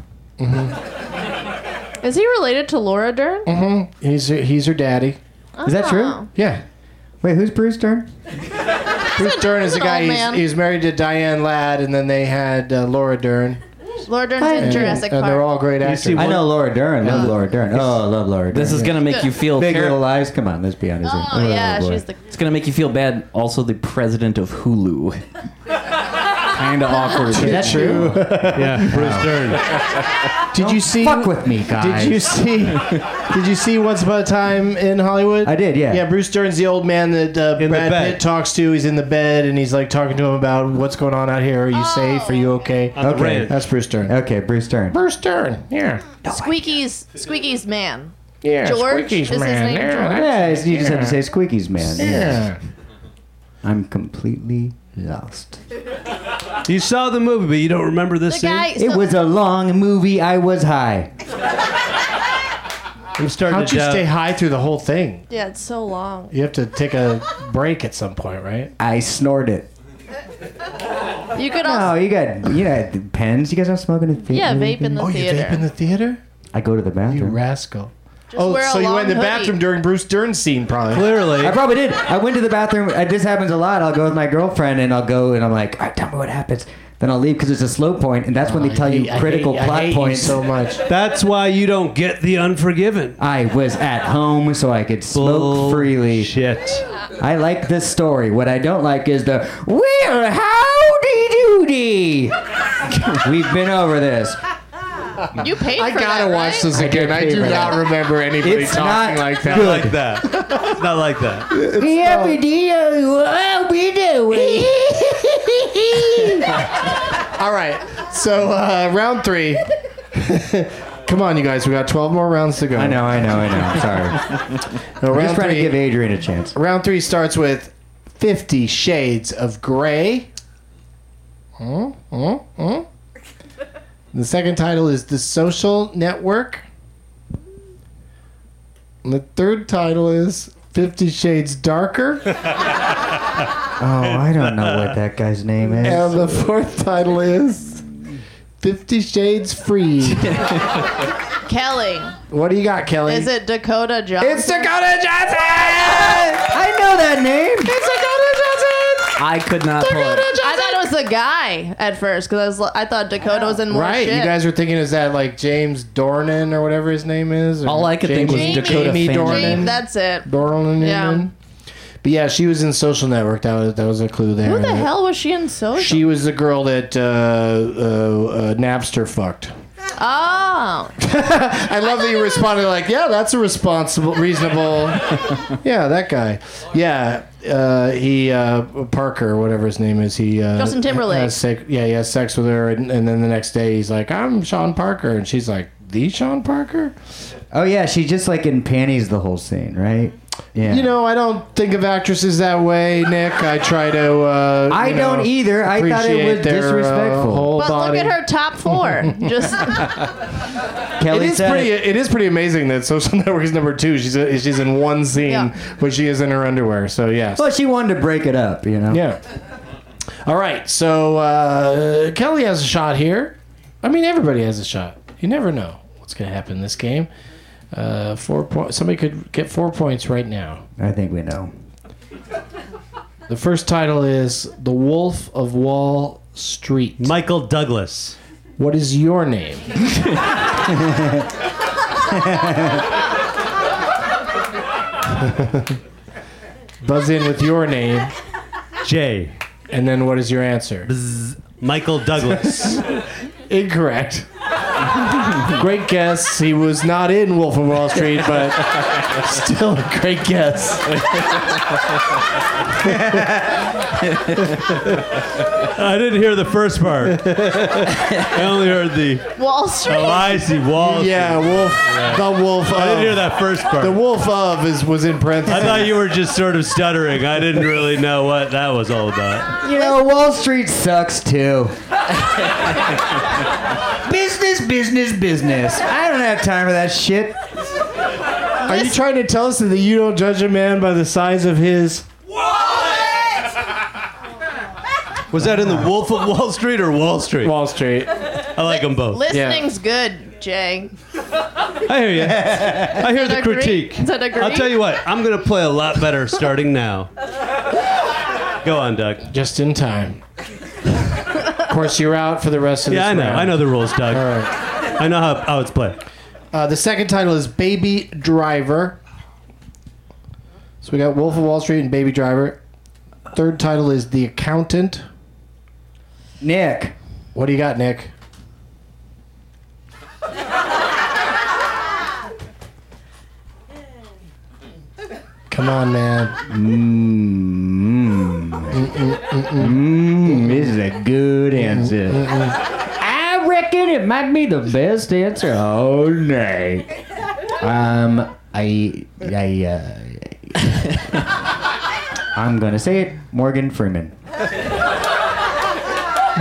Speaker 7: Is he related to Laura Dern?
Speaker 4: Mm-hmm. He's her, he's her daddy.
Speaker 7: Is that true? Oh.
Speaker 4: Yeah.
Speaker 6: Wait, who's Bruce Dern?
Speaker 4: Bruce Dern is
Speaker 7: he's
Speaker 4: the
Speaker 7: an
Speaker 4: guy.
Speaker 7: old
Speaker 4: He's,
Speaker 7: man.
Speaker 4: he's married to Diane Ladd, and then they had uh, Laura Dern.
Speaker 7: Laura Dern's in
Speaker 4: And-
Speaker 7: Jurassic
Speaker 4: and uh, they're
Speaker 7: Park.
Speaker 4: all great actors.
Speaker 6: I know Laura Dern. Love Laura Dern. Oh, I love Laura Dern.
Speaker 8: This is gonna make you feel
Speaker 6: Big
Speaker 8: ter-
Speaker 6: Little Lies. Come on, let's be honest. here.
Speaker 7: Oh, yeah, she's the.
Speaker 8: It's gonna make you feel bad. Also, the president of Hulu. kind of awkward.
Speaker 4: Is that true?
Speaker 5: yeah, Bruce Dern.
Speaker 4: Did you see? Fuck
Speaker 6: with me, guys.
Speaker 4: Did you see? Did you see Once Upon a Time in Hollywood? I
Speaker 6: did, yeah.
Speaker 4: Yeah, Bruce Dern's the old man that uh, Brad
Speaker 5: bed.
Speaker 4: Pitt talks to. He's in the bed and he's like talking to him about what's going on out here. Are you safe? Are
Speaker 7: Oh.
Speaker 4: you okay?
Speaker 5: On the
Speaker 4: okay,
Speaker 5: ranch.
Speaker 4: that's Bruce Dern.
Speaker 6: Okay, Bruce Dern.
Speaker 4: Bruce Dern. Yeah.
Speaker 7: Squeaky's Squeaky's man.
Speaker 4: Yeah,
Speaker 7: George
Speaker 4: Squeaky's
Speaker 7: is his
Speaker 4: man.
Speaker 7: name.
Speaker 4: Yeah,
Speaker 7: George.
Speaker 6: Yeah, it's- you just have to say Squeaky's man.
Speaker 4: Yeah.
Speaker 6: I'm completely lost.
Speaker 5: You saw the movie, but you don't remember this scene.
Speaker 6: it was a long movie. I was high.
Speaker 5: I'm starting
Speaker 4: How'd
Speaker 5: to
Speaker 4: you
Speaker 5: doubt-
Speaker 4: stay high through the whole thing?
Speaker 7: Yeah, it's so long.
Speaker 4: You have to take a break at some point, right?
Speaker 6: I snorted.
Speaker 7: You could
Speaker 6: No,
Speaker 7: also
Speaker 6: you got you got pens. You guys aren't smoking in the
Speaker 7: Yeah,
Speaker 6: theater.
Speaker 7: vape in the
Speaker 6: Oh, you
Speaker 7: theater.
Speaker 6: vape in
Speaker 4: the theater?
Speaker 6: I go to the bathroom. You
Speaker 4: rascal.
Speaker 7: Just
Speaker 4: oh,
Speaker 7: wear a
Speaker 4: so you went in the
Speaker 7: long hoodie.
Speaker 4: bathroom during Bruce Dern's scene, probably.
Speaker 5: Clearly.
Speaker 6: I probably did. I went to the bathroom. It just happens a lot. I'll go with my girlfriend and I'll go and I'm like, "All right, tell me what happens. Then I'll leave because it's a slow point, and that's when they tell
Speaker 4: hate-
Speaker 6: you
Speaker 4: Oh, I
Speaker 6: critical
Speaker 4: hate- I
Speaker 6: plot
Speaker 4: hate you
Speaker 6: points.
Speaker 4: so much.
Speaker 5: That's why you don't get the Unforgiven.
Speaker 6: I was at home, so I could smoke freely.
Speaker 5: Shit.
Speaker 6: I like this story. What I don't like is the well, howdy doody. We've been over this.
Speaker 7: you paid
Speaker 4: I
Speaker 7: for
Speaker 4: gotta
Speaker 7: that,
Speaker 4: watch
Speaker 7: right?
Speaker 4: this again. I,
Speaker 6: pay
Speaker 4: do
Speaker 6: for
Speaker 4: not
Speaker 6: that.
Speaker 4: remember anybody
Speaker 6: It's
Speaker 4: talking
Speaker 6: not
Speaker 4: like
Speaker 5: Not
Speaker 4: that.
Speaker 5: like that. It's not like that.
Speaker 6: Yeah, we do. What we doing?
Speaker 4: All right, so uh, round three. Come on, you guys. We got 12 more rounds to go.
Speaker 6: I know, I know, I know. Sorry.
Speaker 4: No,
Speaker 6: We're just
Speaker 4: round
Speaker 6: trying to
Speaker 4: three.
Speaker 6: give Adrian a chance.
Speaker 4: Round three starts with 50 Shades of Gray. Mm, mm, mm. The second title is The Social Network. And the third title is 50 Shades Darker.
Speaker 6: Oh, I don't know what that guy's name
Speaker 4: and
Speaker 6: is.
Speaker 4: the fourth title is 50 Shades Free.
Speaker 7: Kelly.
Speaker 4: what do you got, Kelly?
Speaker 7: Is it Dakota Johnson?
Speaker 4: it's Dakota Johnson!
Speaker 6: I know that name.
Speaker 4: It's Dakota Johnson!
Speaker 8: I could not pull it.
Speaker 7: I thought it was the guy at first because I was li- I thought Dakota was in more
Speaker 4: Right,
Speaker 7: Oh, shit.
Speaker 4: you guys were thinking is that like James Dornan or whatever his name is? or
Speaker 8: All I could think was
Speaker 4: Jamie-
Speaker 8: Dakota
Speaker 4: Jamie
Speaker 8: Fanning.
Speaker 4: Dornan.
Speaker 7: That's it.
Speaker 4: Dornan.
Speaker 7: Yeah.
Speaker 4: But yeah, she was in Social Network. That was that was a clue there.
Speaker 7: Who the hell was she in social?
Speaker 4: She was the girl that uh, uh, uh, Napster fucked.
Speaker 7: oh,
Speaker 4: I love that you responded like, "Yeah, that's a responsible, reasonable." yeah, that guy. Yeah, uh, he uh, Parker, whatever his name is. He uh,
Speaker 7: Justin Timberlake.
Speaker 4: has sex- yeah, he has sex with her, and, and then the next day he's like, "I'm Sean Parker," and she's like, "The Sean Parker?"
Speaker 6: Oh yeah, she's just like in panties the whole scene, right? Yeah.
Speaker 4: You know, I don't think of actresses that way, Nick. I try to. Uh,
Speaker 6: I
Speaker 4: you
Speaker 6: don't
Speaker 4: know,
Speaker 6: either. I thought it
Speaker 4: appreciate
Speaker 6: was
Speaker 4: their, uh,
Speaker 6: disrespectful.
Speaker 4: whole
Speaker 7: but
Speaker 4: body.
Speaker 7: look at her top four. Just
Speaker 6: Kelly
Speaker 4: It is
Speaker 6: said
Speaker 4: pretty.
Speaker 6: it.
Speaker 4: It is pretty amazing that Social Network is number two. She's a, she's in one scene,
Speaker 7: Yeah.
Speaker 4: but she is in her underwear. So yes,
Speaker 6: Well, she wanted to break it up, you know.
Speaker 4: yeah. All right, so uh, Kelly has a shot here. I mean, everybody has a shot. You never know what's going to happen in this game. Uh, four point. Somebody could get four points right now.
Speaker 6: I think we know.
Speaker 4: The first title is "The Wolf of Wall Street."
Speaker 5: Michael Douglas.
Speaker 4: What is your name? Buzz in with your name,
Speaker 5: J.
Speaker 4: and then what is your answer?
Speaker 5: Michael Douglas.
Speaker 4: Incorrect. great guess. He was not in Wolf of Wall Street, but still a great guess.
Speaker 5: I didn't hear the first part. I only heard the
Speaker 7: Wall Street.
Speaker 5: oh, I see Wall.
Speaker 4: Yeah, Wolf. The Wolf. Of.
Speaker 5: I didn't hear that first part.
Speaker 4: The Wolf of is was in
Speaker 5: I
Speaker 4: parentheses.
Speaker 5: thought you were just sort of stuttering. I didn't really know what that was all about.
Speaker 6: You know, Wall Street sucks too. business, business, business. I don't have time for that shit.
Speaker 4: Are you trying to tell us that you don't judge a man by the size of his?
Speaker 5: Was that in the Wolf of Wall Street or Wall Street?
Speaker 4: Wall Street.
Speaker 5: I like them both.
Speaker 7: Listening's good, Jay.
Speaker 5: I hear you. I hear the
Speaker 7: agree?
Speaker 5: critique.
Speaker 7: Is that agree?
Speaker 5: I'll tell you what. I'm gonna play a lot better starting now. Go on, Doug.
Speaker 4: Just in time. of course, you're out for the rest of
Speaker 5: Yeah, I
Speaker 4: this
Speaker 5: know.
Speaker 4: round.
Speaker 5: I know the rules, Doug.
Speaker 4: All right.
Speaker 5: I know how, how it's played.
Speaker 4: Uh, the second title is Baby Driver. So we got Wolf of Wall Street and Baby Driver. Third title is The Accountant.
Speaker 6: Nick.
Speaker 4: What do you got, Nick? Come on, man.
Speaker 6: Mmm.
Speaker 4: Hmm,
Speaker 6: Mmm. This is a good answer. I reckon it might be the best answer. Oh, nay. Um, I, I, uh, I'm gonna say it. Morgan Freeman.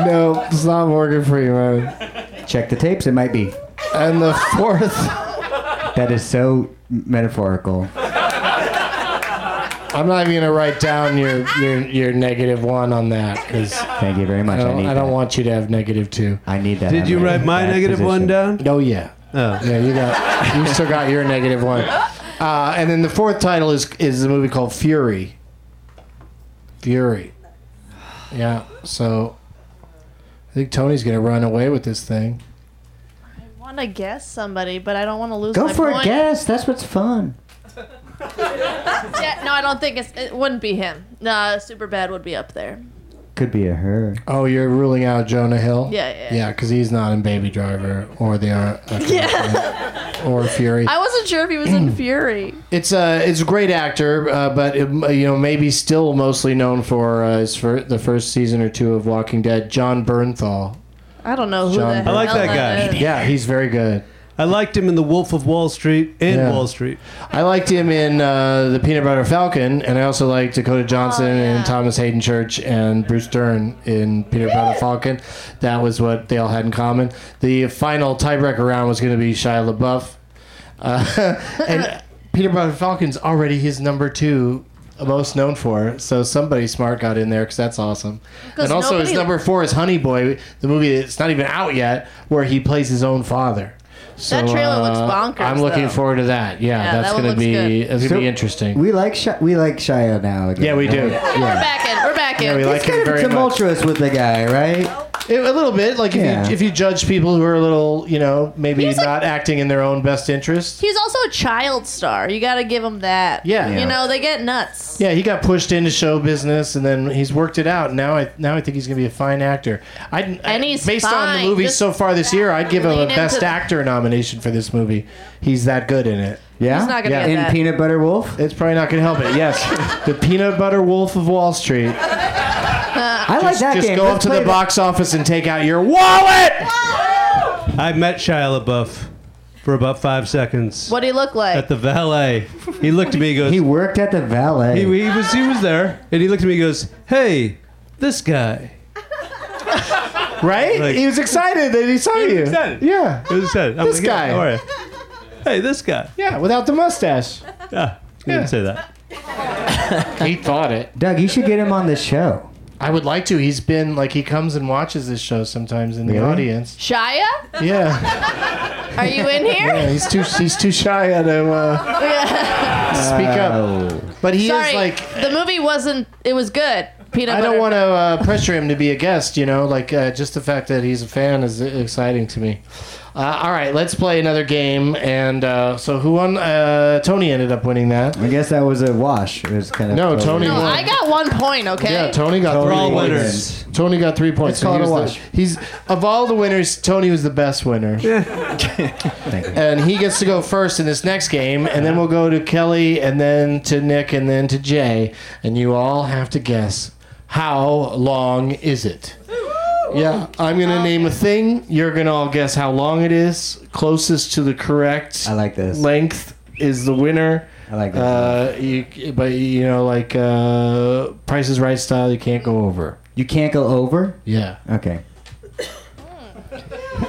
Speaker 4: no, it's not working for you, man.
Speaker 6: Check the tapes. It might be.
Speaker 4: And the fourth.
Speaker 6: That is so metaphorical.
Speaker 4: I'm not even gonna write down your your, your negative one on that because.
Speaker 6: Thank you very much.
Speaker 4: I
Speaker 6: I,
Speaker 4: don't,
Speaker 6: need
Speaker 4: I don't
Speaker 6: that.
Speaker 4: want you to have negative two.
Speaker 6: I need that.
Speaker 5: Did you write my negative one down?
Speaker 4: Oh yeah.
Speaker 5: Oh.
Speaker 4: Yeah, you got you still got your negative one. Uh, and then the fourth title is is a movie called Fury. Fury. Yeah. So I think Tony's gonna run away with this thing.
Speaker 7: I want to guess somebody, but I don't want to lose
Speaker 6: Go
Speaker 7: my
Speaker 6: for
Speaker 7: point.
Speaker 6: a guess. That's what's fun.
Speaker 7: Yeah, no, I don't think it's, it wouldn't be him. No, super bad would be up there.
Speaker 6: Could be a her.
Speaker 4: Oh, you're ruling out Jonah Hill.
Speaker 7: Yeah, yeah.
Speaker 4: Yeah, because he's not in Baby Driver or the uh,
Speaker 7: Yeah.
Speaker 4: or Fury.
Speaker 7: I wasn't sure if he was in Fury.
Speaker 4: It's a it's a great actor, uh, but it, you know maybe still mostly known for uh, his fir- the first season or two of Walking Dead. John Bernthal.
Speaker 7: I don't know who
Speaker 4: John
Speaker 7: the
Speaker 4: Bernthal.
Speaker 7: hell
Speaker 5: like that guy.
Speaker 7: is.
Speaker 4: Yeah, he's very good.
Speaker 5: I liked him in The Wolf of Wall Street and
Speaker 4: Yeah.
Speaker 5: Wall Street.
Speaker 4: I liked him in uh, the Peanut Butter Falcon, and I also liked Dakota
Speaker 7: Oh,
Speaker 4: Johnson and Thomas Hayden Church and Bruce Dern in Peanut Butter Falcon. That was what they all had in common. The final tiebreaker round was going to be Shia LaBeouf, uh, and Peanut Butter Falcon's already his number two. Most known for, so somebody smart got in there because that's awesome.
Speaker 7: 'Cause
Speaker 4: and also, his
Speaker 7: nobody-
Speaker 4: number four is Honey Boy, the movie that's not even out yet, where he plays his own father. So, uh,
Speaker 7: That trailer looks bonkers,
Speaker 4: I'm looking
Speaker 7: though.
Speaker 4: forward to that. Yeah,
Speaker 7: Yeah,
Speaker 4: that's
Speaker 7: that one
Speaker 4: gonna
Speaker 7: looks
Speaker 4: be
Speaker 7: good.
Speaker 4: that's gonna
Speaker 6: So-
Speaker 4: be interesting.
Speaker 6: We like Shi- we like Shia now. Again.
Speaker 4: Yeah, we do.
Speaker 7: We're
Speaker 4: Yeah,
Speaker 7: back in. We're back in.
Speaker 4: yeah we like
Speaker 6: It's kind
Speaker 4: him
Speaker 6: of
Speaker 4: very much.
Speaker 6: tumultuous with the guy, right?
Speaker 4: It- a little bit, like if,
Speaker 6: Yeah.
Speaker 4: you, if you judge people who are a little, you know, maybe
Speaker 7: He's
Speaker 4: not
Speaker 7: like-
Speaker 4: acting in their own best interest.
Speaker 7: He was also a child star. You got to give him that.
Speaker 4: Yeah. Yeah.
Speaker 7: You know, they get nuts.
Speaker 4: Yeah, he got pushed into show business, and then he's worked it out. Now, I now I think he's gonna be a fine actor. I,
Speaker 7: And he's
Speaker 4: based on
Speaker 7: fine.
Speaker 4: the movies
Speaker 7: Just
Speaker 4: so far this year, I'd give him a
Speaker 7: lean into
Speaker 4: best
Speaker 7: the-
Speaker 4: actor nomination for this movie. He's that good in it.
Speaker 6: Yeah.
Speaker 7: He's not gonna
Speaker 4: Yeah.
Speaker 7: get
Speaker 6: In
Speaker 7: that.
Speaker 6: Peanut Butter Wolf.
Speaker 4: It's probably not gonna help it. Yes, the Peanut Butter Wolf of Wall Street.
Speaker 6: I like that
Speaker 4: Just
Speaker 6: game.
Speaker 4: go
Speaker 6: Let's
Speaker 4: up to
Speaker 6: play
Speaker 4: the
Speaker 6: that.
Speaker 4: box office and take out your wallet.
Speaker 5: I met Shia LaBeouf for about five seconds
Speaker 7: What'd he look like?
Speaker 5: at the valet. He looked at me. He goes.
Speaker 6: He worked at the valet.
Speaker 5: He, he was he was there, and he looked at me. He goes, "Hey, this guy."
Speaker 4: Right?
Speaker 5: Like-
Speaker 4: he was excited that he saw
Speaker 5: was
Speaker 4: you.
Speaker 5: excited.
Speaker 4: Yeah.
Speaker 5: It was said. I'm
Speaker 4: This
Speaker 5: like, "Yeah,
Speaker 4: guy."
Speaker 5: all right. Hey, this guy.
Speaker 4: Yeah, without the mustache.
Speaker 5: Yeah. He
Speaker 4: Yeah.
Speaker 5: didn't say that.
Speaker 4: he thought it.
Speaker 6: Doug, you should get him on the show.
Speaker 4: I would like to. He's been like he comes and watches this show sometimes in the
Speaker 6: Really?
Speaker 4: audience.
Speaker 7: Shia?
Speaker 4: Yeah.
Speaker 7: Are you in
Speaker 4: yeah.
Speaker 7: here?
Speaker 4: He's too he's too shy to uh, speak up.
Speaker 6: Oh.
Speaker 4: But he
Speaker 7: Sorry.
Speaker 4: is like
Speaker 7: the movie wasn't, it was good. Peanut
Speaker 4: I
Speaker 7: butter.
Speaker 4: don't want to uh, pressure him to be a guest, you know. Like, uh, just the fact that he's a fan is exciting to me. Uh, all right, let's play another game. And uh, so, who won? Uh, Tony ended up winning that.
Speaker 6: I guess that was a wash. It was kind of
Speaker 4: No, Tony
Speaker 7: No,
Speaker 4: won.
Speaker 7: I got one point, okay?
Speaker 4: Yeah, Tony got
Speaker 5: We're
Speaker 4: three
Speaker 5: all
Speaker 4: points.
Speaker 5: winners.
Speaker 4: Tony got three points.
Speaker 6: Let's
Speaker 4: so
Speaker 6: call it
Speaker 4: he
Speaker 6: a
Speaker 4: was
Speaker 6: wash.
Speaker 4: the- he's of all the winners, Tony was the best winner.
Speaker 6: Thank you.
Speaker 4: And he gets to go first in this next game, and then we'll go to Kelly, and then to Nick, and then to Jay, and you all have to guess how long is it. Yeah, I'm gonna name a thing. You're gonna all guess how long it is. Closest to the correct
Speaker 6: I like this.
Speaker 4: length is the winner.
Speaker 6: I like this.
Speaker 4: Uh, you, but you know, like uh, Price is Right style, you can't go over.
Speaker 6: you can't go over.
Speaker 4: Yeah,
Speaker 6: Okay.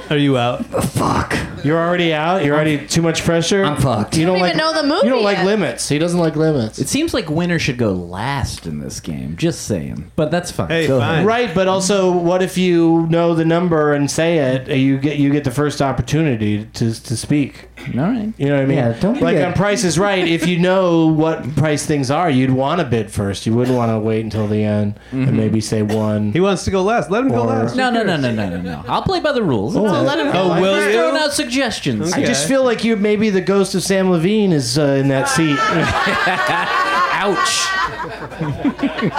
Speaker 5: Are you out?
Speaker 6: Fuck.
Speaker 4: you're already out. You're already too much pressure.
Speaker 6: I'm fucked.
Speaker 4: You don't,
Speaker 7: I
Speaker 4: like
Speaker 7: don't even know the movie.
Speaker 4: you don't like
Speaker 7: yet.
Speaker 4: limits. He doesn't like limits.
Speaker 9: It seems like winner should go last in this game. Just saying, but that's fine.
Speaker 5: Hey,
Speaker 9: Go
Speaker 5: fine.
Speaker 9: ahead.
Speaker 4: right, but also, what if you know the number and say it? You get you get the first opportunity to to speak.
Speaker 9: All right.
Speaker 4: You know what I mean?
Speaker 6: Yeah, don't be
Speaker 4: like
Speaker 6: a-
Speaker 4: on Price is Right. If you know what price things are, you'd want to bid first. You wouldn't want to wait until the end and maybe say one.
Speaker 5: He wants to go last. Let him go
Speaker 4: Or-
Speaker 5: last.
Speaker 9: No, no, no, no, no, no, no. I'll play by the rules. Oh,
Speaker 4: let
Speaker 9: him
Speaker 5: go. Oh, will
Speaker 9: Just
Speaker 5: you?
Speaker 9: throwing out suggestions.
Speaker 4: I just feel like you maybe the ghost of Sam Levine is uh, in that seat.
Speaker 9: Ouch.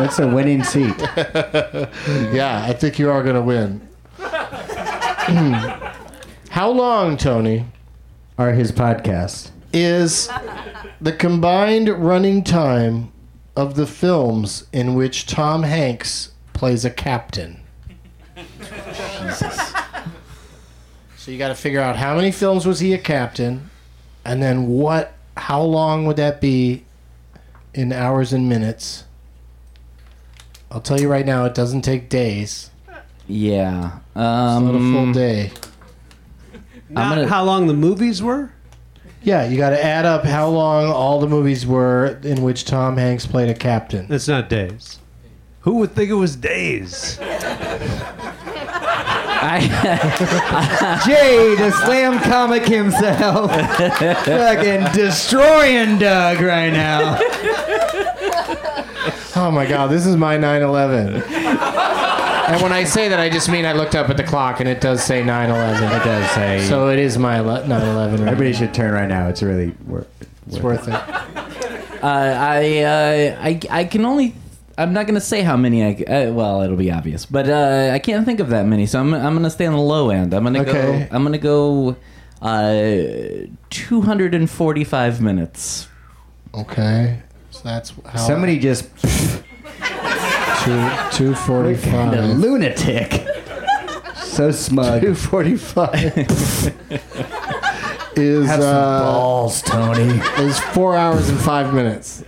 Speaker 6: That's a winning seat.
Speaker 4: yeah, I think you are going to win. How long, Tony,
Speaker 6: Are his podcasts?
Speaker 4: is the combined running time of the films in which Tom Hanks plays a captain? So you got to figure out how many films was he a captain, and then what? How long would that be in hours and minutes? I'll tell you right now, it doesn't take days.
Speaker 8: Yeah. Um,
Speaker 4: not a full day.
Speaker 5: Not how long the movies were?
Speaker 4: Yeah, you got to add up how long all the movies were in which Tom Hanks played a captain.
Speaker 5: It's not days. Who would think it was days?
Speaker 6: Jay, the slam comic himself, fucking destroying Doug right now.
Speaker 4: Oh my god, this is my 9/11. and when I say that, I just mean I looked up at the clock and it does say 9/11. It does say. So it is my ele- 9/11. Right
Speaker 6: Everybody should turn right now. It's really worth.
Speaker 4: It's worth it.
Speaker 8: Uh, I, uh, I I can only. I'm not gonna say how many I. Uh, well, it'll be obvious, but uh, I can't think of that many. So I'm I'm gonna stay on the low end. I'm gonna
Speaker 4: Okay.
Speaker 8: go. I'm gonna go. Uh, 245 minutes.
Speaker 4: Okay, so that's how
Speaker 6: Somebody just
Speaker 4: two two forty
Speaker 6: kind of
Speaker 4: five.
Speaker 6: lunatic. So smug.
Speaker 4: Two forty five is
Speaker 6: Have some
Speaker 4: uh,
Speaker 6: balls, Tony.
Speaker 4: is four hours and five minutes.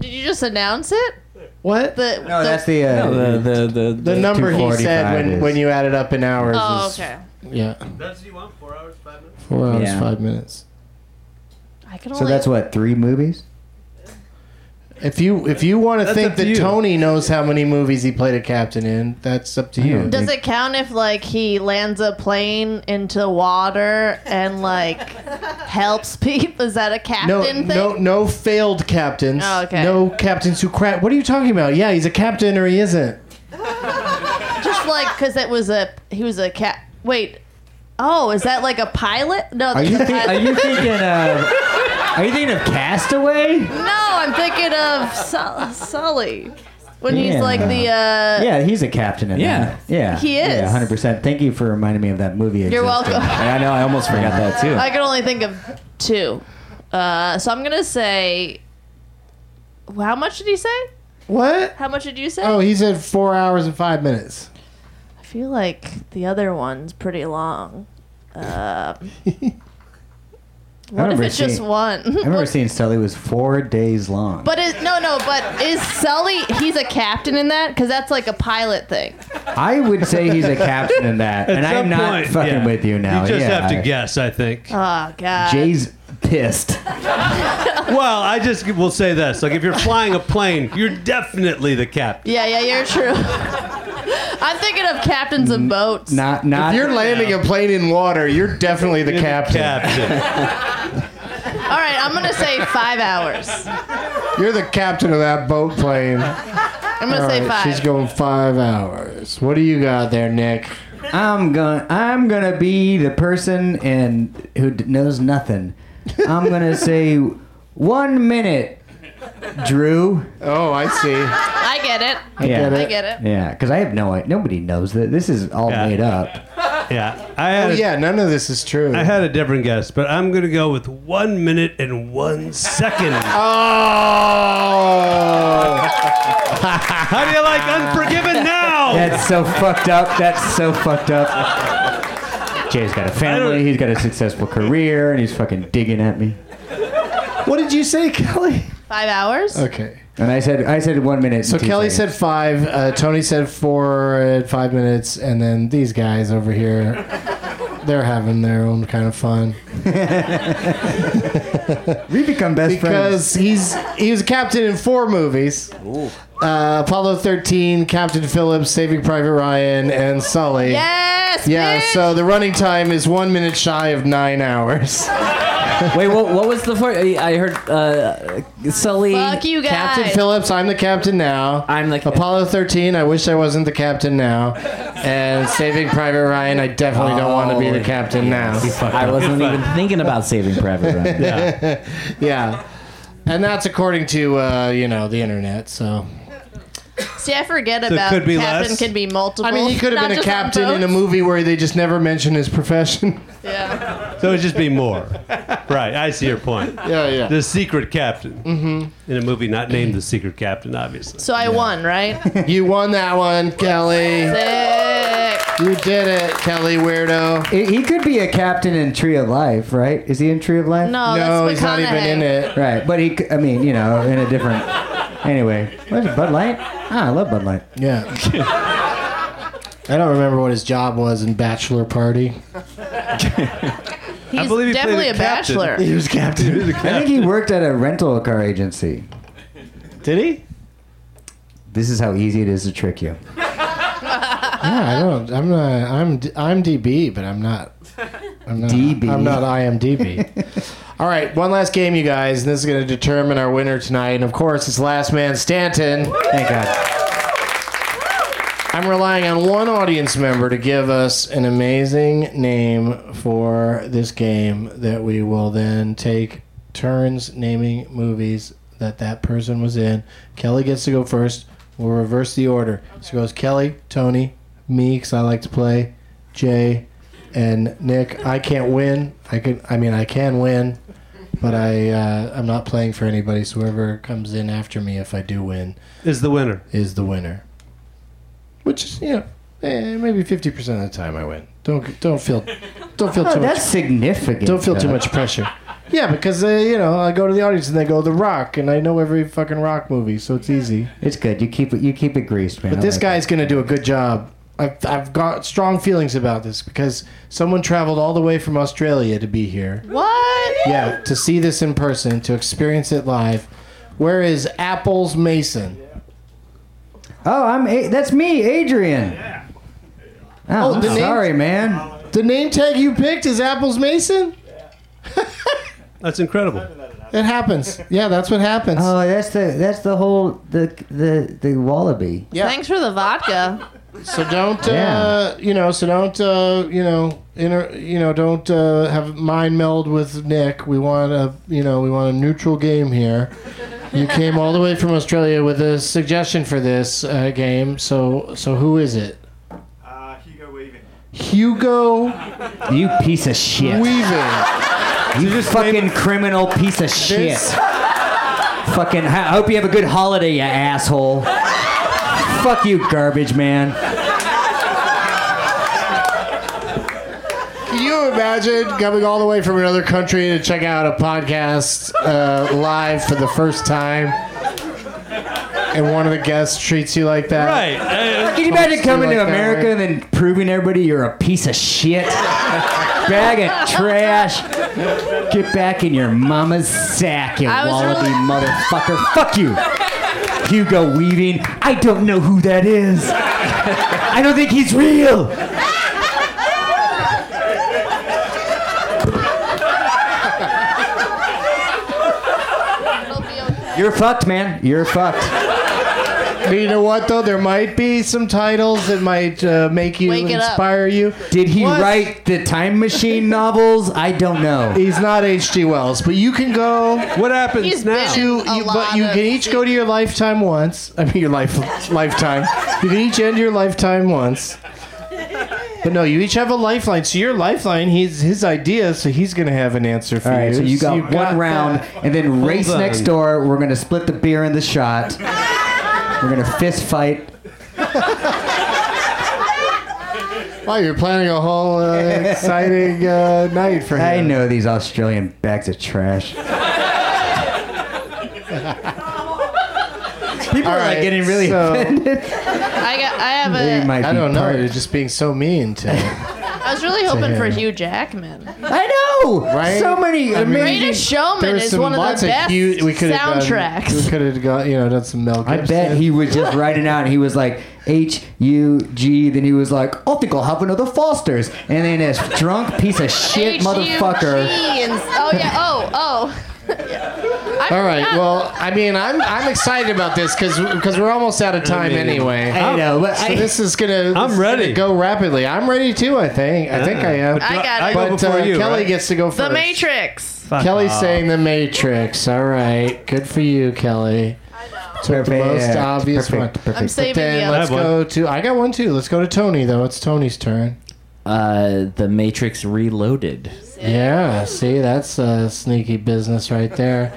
Speaker 7: Did you just announce it?
Speaker 4: What?
Speaker 7: The,
Speaker 6: No,
Speaker 7: the-
Speaker 6: that's the. Uh,
Speaker 8: The the the,
Speaker 4: The number he said
Speaker 6: 245
Speaker 4: when,
Speaker 6: is-
Speaker 4: when you added up in hours
Speaker 7: Oh,
Speaker 4: is
Speaker 7: okay.
Speaker 4: yeah
Speaker 5: That's what you want? Four hours, five minutes?
Speaker 4: four hours
Speaker 8: Yeah.
Speaker 4: five minutes.
Speaker 7: I can
Speaker 6: so
Speaker 7: only.
Speaker 6: that's what three movies.
Speaker 4: If you if you want to
Speaker 5: That's
Speaker 4: think
Speaker 5: up to
Speaker 4: that
Speaker 5: you.
Speaker 4: Tony knows how many movies he played a captain in, that's up to
Speaker 6: I
Speaker 4: you.
Speaker 6: don't-
Speaker 7: Does it count if like he lands a plane into water and like helps people? Is that a captain
Speaker 4: No,
Speaker 7: thing?
Speaker 4: no, no failed captains.
Speaker 7: Oh, okay.
Speaker 4: No captains who crap. What are you talking about? Yeah, he's a captain or he isn't.
Speaker 7: Just like because it was a he was a cat. Wait, oh, is that like a pilot? No,
Speaker 6: Are you
Speaker 7: that's
Speaker 6: thi-
Speaker 7: a
Speaker 6: are
Speaker 7: pilot.
Speaker 6: you thinking of? Are you thinking of Castaway?
Speaker 7: no, I'm thinking of Sul- Sully when he's
Speaker 6: Yeah.
Speaker 7: like the. uh
Speaker 6: Yeah, he's a captain in
Speaker 8: Yeah.
Speaker 6: that. Yeah,
Speaker 7: He
Speaker 6: Yeah,
Speaker 7: is.
Speaker 6: hundred percent. Thank you for reminding me of that movie.
Speaker 7: You're welcome.
Speaker 8: I know. I almost forgot that too.
Speaker 7: I can only think of two. Uh, so I'm gonna say. How much did he say?
Speaker 4: What?
Speaker 7: How much did you say?
Speaker 4: Oh, he said four hours and five minutes.
Speaker 7: I feel like the other one's pretty long. Uh, what if
Speaker 6: remember
Speaker 7: it's just
Speaker 6: seeing-
Speaker 7: one?
Speaker 6: I remember seeing Sully was four days long.
Speaker 7: But is, no, no. But is Sully? He's a captain in that because that's like a pilot thing.
Speaker 6: I would say he's a captain in that, and I'm not fucking with you now.
Speaker 5: You just
Speaker 6: yeah.
Speaker 5: have to guess, I think.
Speaker 7: Oh God.
Speaker 6: Jay's pissed.
Speaker 5: well, I just will say this: like, if you're flying a plane, you're definitely the captain.
Speaker 7: yeah, yeah, you're true. I'm thinking of captains of boats.
Speaker 6: Not Uh, not.
Speaker 4: If you're landing a plane in water, you're definitely the captain.
Speaker 5: Captain.
Speaker 7: All right, I'm gonna say five hours.
Speaker 4: You're the captain of that boat plane.
Speaker 7: I'm gonna say five.
Speaker 4: She's going five hours. What do you got there, Nick?
Speaker 6: I'm gonna I'm gonna be the person and who d- knows nothing. I'm gonna say one minute, Drew.
Speaker 4: Oh, I see.
Speaker 7: I get it.
Speaker 6: I yeah,
Speaker 4: get it.
Speaker 7: I get it.
Speaker 6: yeah, because I have no idea. Nobody knows that this is all
Speaker 5: Yeah.
Speaker 6: made up.
Speaker 5: yeah, I had.
Speaker 4: Oh,
Speaker 5: a-
Speaker 4: yeah, none of this is true.
Speaker 5: I had a different guess, but I'm gonna go with one minute and one second.
Speaker 4: oh!
Speaker 5: How do you like Unforgiven now?
Speaker 6: That's so fucked up. That's so fucked up. Jay's got a
Speaker 5: I
Speaker 6: family.
Speaker 5: don't-
Speaker 6: He's got a successful career, and he's fucking digging at me.
Speaker 4: What did you say, Kelly?
Speaker 7: Five hours.
Speaker 4: Okay.
Speaker 6: And I said, I said one minute.
Speaker 4: So Kelly said five, uh, Tony said four at five minutes, and then these guys over here, they're having their own kind of fun
Speaker 6: said, "We become best
Speaker 4: because
Speaker 6: friends."
Speaker 4: he's he was a captain in four movies. Uh, Apollo 13, Captain Phillips, Saving Private Ryan, and Sully.
Speaker 7: Yes.
Speaker 4: Yeah,
Speaker 7: bitch!
Speaker 4: so the running time is one minute shy of nine hours.
Speaker 8: Wait, what, what was the first? I heard uh, Sully.
Speaker 7: Fuck you guys.
Speaker 4: Captain Phillips, I'm the captain now.
Speaker 8: I'm the captain.
Speaker 4: Apollo 13. I wish I wasn't the captain now. And Saving Private Ryan. I definitely don't want to be
Speaker 6: Oh,
Speaker 4: the captain now.
Speaker 8: I wasn't even thinking about saving private. Ryan.
Speaker 4: Yeah, and that's according to uh, you know the internet. So
Speaker 7: See, I forget
Speaker 5: it
Speaker 7: about
Speaker 5: could be
Speaker 7: captain
Speaker 5: less?
Speaker 7: can be multiple.
Speaker 4: I mean, he could have
Speaker 7: not
Speaker 4: been a
Speaker 7: just on
Speaker 4: captain in a
Speaker 7: boats.
Speaker 4: movie where they just never mention his profession.
Speaker 7: Yeah.
Speaker 5: So it'd just be more. Right, I see your point.
Speaker 4: yeah, yeah.
Speaker 5: The secret captain mm-hmm. in a movie not named the secret captain, obviously.
Speaker 7: So I won, right?
Speaker 4: you won that one, Kelly.
Speaker 7: Sick.
Speaker 4: You did it, Kelly Weirdo.
Speaker 6: He- he could be a captain in Tree of Life, right? Is he in Tree of Life?
Speaker 7: No,
Speaker 4: no,
Speaker 7: that's
Speaker 4: he's not even
Speaker 7: McConaughey.
Speaker 4: in it.
Speaker 6: Right, but he. c- I mean, you know, in a different. Anyway, where's Bud Light? Ah, I love Bud Light.
Speaker 4: Yeah. I don't remember what his job was in Bachelor Party.
Speaker 7: He's
Speaker 5: believe he played
Speaker 7: definitely
Speaker 5: the
Speaker 7: a
Speaker 5: captain.
Speaker 7: bachelor.
Speaker 6: He was captain. I think he worked at a rental car agency.
Speaker 4: Did he?
Speaker 6: This is how easy it is to trick you.
Speaker 4: Yeah, I don't. I'm not. I'm D- I'm DB, but I'm not. I'm not
Speaker 6: DB.
Speaker 4: I'm not IMDb. All right, one last game, you guys, and this is going to determine our winner tonight. And of course, it's Last Man Stanton.
Speaker 6: Thank God.
Speaker 4: I'm relying on one audience member to give us an amazing name for this game that we will then take turns naming movies that that person was in. Kelly gets to go first. We'll reverse the order. So it goes Kelly, Tony, me, because I like to play, Jay, and Nick. I can't win. I could. I mean, I can win, but I uh, I'm not playing for anybody. So whoever comes in after me, if I do win,
Speaker 5: Is the winner.
Speaker 4: is the winner. Which is, you know, eh, maybe fifty percent of the time I win. Don't don't feel don't feel
Speaker 6: Oh,
Speaker 4: too much.
Speaker 6: that's significant.
Speaker 4: Don't feel too
Speaker 6: Doug.
Speaker 4: much pressure. Yeah, because uh, you know I go to the audience and they go The Rock, and I know every fucking Rock movie, so it's easy.
Speaker 6: It's good. You keep it. You keep it greased, man.
Speaker 4: But
Speaker 6: I
Speaker 4: this
Speaker 6: like
Speaker 4: guy's going to do a good job. I've, I've got strong feelings about this because someone traveled all the way from Australia to be here.
Speaker 7: What?
Speaker 4: Yeah, to see this in person, to experience it live. Where is Apples Mason?
Speaker 6: it. Oh, I'm. A- that's me, Adrian. Oh,
Speaker 4: Oh,
Speaker 6: I'm
Speaker 4: the name-
Speaker 6: sorry, man.
Speaker 4: The name tag you picked is Apples Mason?
Speaker 5: That's incredible.
Speaker 4: It happens. Yeah, that's what happens.
Speaker 6: Oh, that's the that's the whole the the the wallaby.
Speaker 4: Yeah.
Speaker 7: Thanks for the vodka.
Speaker 4: So don't, uh, you know, so don't, uh, you know, inter, you know, don't uh, have mind meld with Nick. We want a, you know, we want a neutral game here. You came all the way from Australia with a suggestion for this uh, game. So, so who is it?
Speaker 11: Uh, Hugo Weaving.
Speaker 4: Hugo
Speaker 6: You piece of shit.
Speaker 4: Weaving.
Speaker 6: you fucking criminal piece of shit.
Speaker 4: This-
Speaker 6: fucking. I hope you have a good holiday, you asshole. Fuck you, garbage man.
Speaker 4: Can you imagine coming all the way from another country to check out a podcast uh, live for the first time? And one of the guests treats you like that.
Speaker 5: Right. Uh,
Speaker 6: Can you imagine
Speaker 4: Talks to
Speaker 6: coming
Speaker 4: you
Speaker 6: to
Speaker 4: like that,
Speaker 6: America and then proving to everybody you're a piece of shit? Bag of trash. Get back in your mama's sack, you
Speaker 7: I was
Speaker 6: wallaby
Speaker 7: really-
Speaker 6: motherfucker. Fuck you. Hugo Weaving. I don't know who that is. I don't think he's real.
Speaker 7: It'll be okay.
Speaker 6: You're fucked, man. You're fucked.
Speaker 4: But you know what though? There might be some titles that might uh, make you
Speaker 7: Wake it up.
Speaker 4: inspire you.
Speaker 6: Did he
Speaker 4: What?
Speaker 6: write the time machine novels? I don't know.
Speaker 4: He's not H.G. Wells, but you can go
Speaker 5: What happens
Speaker 7: He's
Speaker 5: now?
Speaker 7: been-
Speaker 4: to.
Speaker 7: Oh. A
Speaker 4: You, but you
Speaker 7: lot
Speaker 4: can
Speaker 7: of-
Speaker 4: each go to your lifetime once. I mean, your life lifetime. You can each end your lifetime once. But no, you each have a lifeline. So your lifeline, he's his idea, so he's gonna have an answer for
Speaker 6: All right,
Speaker 4: you.
Speaker 6: so you got one
Speaker 4: got
Speaker 6: round,
Speaker 4: that.
Speaker 6: and then race
Speaker 5: on.
Speaker 6: next door. We're gonna split the beer and the shot. We're gonna fist fight.
Speaker 4: Wow, you're planning a whole uh, exciting uh, night for him.
Speaker 6: I know these Australian bags of trash. People
Speaker 4: All
Speaker 6: are
Speaker 4: right,
Speaker 6: like getting really
Speaker 4: so-
Speaker 6: offended.
Speaker 7: I got. I have
Speaker 6: They
Speaker 7: a.
Speaker 6: might
Speaker 4: I
Speaker 6: be
Speaker 4: don't know.
Speaker 6: part-
Speaker 4: You're just being so mean to.
Speaker 7: I was really hoping for
Speaker 4: him.
Speaker 7: Hugh Jackman.
Speaker 6: I know.
Speaker 4: Right?
Speaker 6: So many
Speaker 4: I mean-
Speaker 6: amazing.
Speaker 7: Greatest Showman
Speaker 4: There's
Speaker 7: is
Speaker 4: some
Speaker 7: one of
Speaker 4: lots
Speaker 7: the best
Speaker 4: cute- we could've done-
Speaker 7: soundtracks.
Speaker 4: we could have got you know done some Mel
Speaker 6: I
Speaker 4: Gibson.
Speaker 6: bet he was just writing out. and He was like H U G. Then he was like, I think I'll have another Foster's. And then this drunk piece of shit
Speaker 7: H-U-G
Speaker 6: motherfucker.
Speaker 7: and- Oh yeah. Oh oh.
Speaker 4: All right. Well, I mean, I'm I'm excited about this because we're almost out of time
Speaker 5: mean,
Speaker 4: anyway.
Speaker 6: I know, but
Speaker 4: Oh, So
Speaker 6: I-
Speaker 4: this is gonna. this
Speaker 5: I'm
Speaker 4: is gonna
Speaker 5: ready.
Speaker 4: go rapidly. I'm ready too. I think. I think I am.
Speaker 7: I got it.
Speaker 5: go
Speaker 4: but
Speaker 5: before
Speaker 4: uh,
Speaker 5: you.
Speaker 4: Kelly
Speaker 5: right? Uh-huh.
Speaker 4: gets to go first.
Speaker 7: The Matrix.
Speaker 5: Fuck
Speaker 4: Kelly's
Speaker 5: off.
Speaker 4: saying the Matrix. All right. Good for you, Kelly. Took the most
Speaker 6: Perfect,
Speaker 4: obvious
Speaker 6: perfect,
Speaker 4: one.
Speaker 6: perfect.
Speaker 7: I'm saving
Speaker 4: Then
Speaker 7: the
Speaker 4: let's
Speaker 7: other.
Speaker 5: I have
Speaker 4: go to. I got one too. Let's go to Tony though. It's Tony's turn.
Speaker 9: Uh, the Matrix Reloaded.
Speaker 4: Yeah, see, that's uh, sneaky business right there.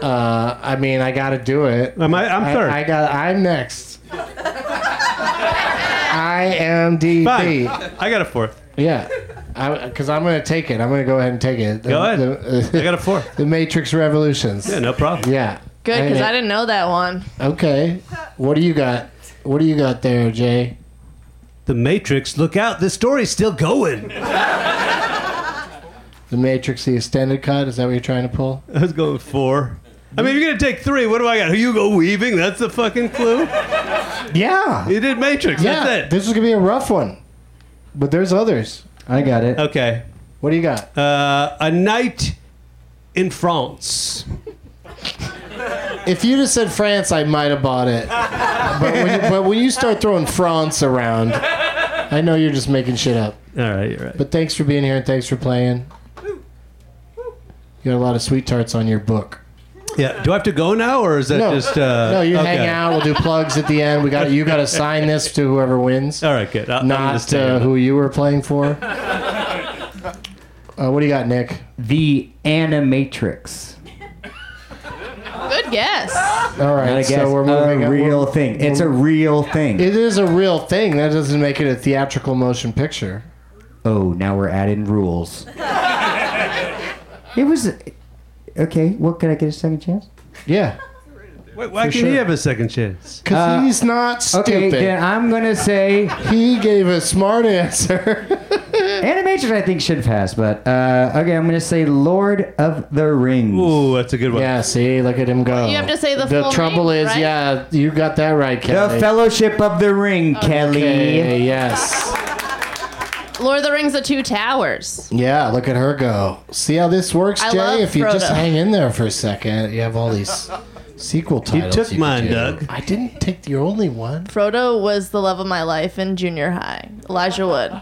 Speaker 4: Uh, I mean, I got to do it.
Speaker 5: Am I- I'm third.
Speaker 4: I, got. I'm next. I am DB.
Speaker 5: Fine. I got a fourth.
Speaker 4: Yeah, because I'm gonna take it. I'm gonna go ahead and take it. The,
Speaker 5: Go ahead.
Speaker 4: The,
Speaker 5: I got a four.
Speaker 4: the Matrix Revolutions.
Speaker 5: Yeah, no problem.
Speaker 4: Yeah.
Speaker 7: Good, because I didn't know that one.
Speaker 4: Okay. What do you got? What do you got there, Jay?
Speaker 5: The Matrix, look out, the story's still going.
Speaker 4: The Matrix, the extended cut. Is that what you're trying to pull?
Speaker 5: I was going four. I mean, if you're gonna take three, what do I got? Hugo Weaving? That's the fucking clue.
Speaker 4: Yeah.
Speaker 5: You did Matrix.
Speaker 4: yeah.
Speaker 5: That's it.
Speaker 4: This is gonna be a rough one, but there's others. I got it.
Speaker 5: Okay.
Speaker 4: What do you got?
Speaker 5: Uh, a night in France.
Speaker 4: If you just said France, I might have bought it. But when you, but when you start throwing France around, I know you're just making shit up.
Speaker 5: All right, you're right.
Speaker 4: But thanks for being here and thanks for playing. You got a lot of sweet tarts on your book.
Speaker 5: Yeah. Do I have to go now, or is that
Speaker 4: no,
Speaker 5: just? Uh,
Speaker 4: no, you
Speaker 5: okay.
Speaker 4: hang out. We'll do plugs at the end. We got you. Got to sign this to whoever wins.
Speaker 5: All right, good. I'll- I'm gonna
Speaker 4: not
Speaker 5: stay
Speaker 4: uh,
Speaker 5: here.
Speaker 4: who you were playing for. Uh, what do you got, Nick?
Speaker 6: The Animatrix.
Speaker 7: Good guess.
Speaker 4: All right,
Speaker 6: Not a guess,
Speaker 4: so we're moving.
Speaker 6: a
Speaker 4: on.
Speaker 6: real thing. It's a real thing.
Speaker 4: It is a real thing. That doesn't make it a theatrical motion picture.
Speaker 6: Oh, now we're adding rules. it was okay. What could I get a second chance?
Speaker 4: Yeah.
Speaker 5: Wait, why
Speaker 4: For
Speaker 5: can't he
Speaker 4: sure.
Speaker 5: have a second chance?
Speaker 4: Because he's not stupid.
Speaker 6: Uh, Okay, then I'm gonna say
Speaker 4: he gave a smart answer.
Speaker 6: Animatrix, I think, should pass, but uh, okay, I'm gonna say Lord of the Rings.
Speaker 5: Ooh, that's a good one.
Speaker 4: Yeah, see, look at him go.
Speaker 7: You have to say the full
Speaker 4: trouble is,
Speaker 7: name, right?
Speaker 4: yeah, you got that right, Kelly.
Speaker 6: The Fellowship of the Ring, Kelly.
Speaker 4: Okay, yes.
Speaker 7: Lord of the Rings: The Two Towers.
Speaker 4: Yeah, look at her go. See how this works,
Speaker 7: I
Speaker 4: Jay?
Speaker 7: love
Speaker 4: if you just
Speaker 7: Frodo.
Speaker 4: hang in there for a second, you have all these sequel titles.
Speaker 5: took
Speaker 4: could
Speaker 5: mine,
Speaker 4: do.
Speaker 5: Doug.
Speaker 4: I didn't take your only one.
Speaker 7: Frodo was the love of my life in junior high. Elijah Wood.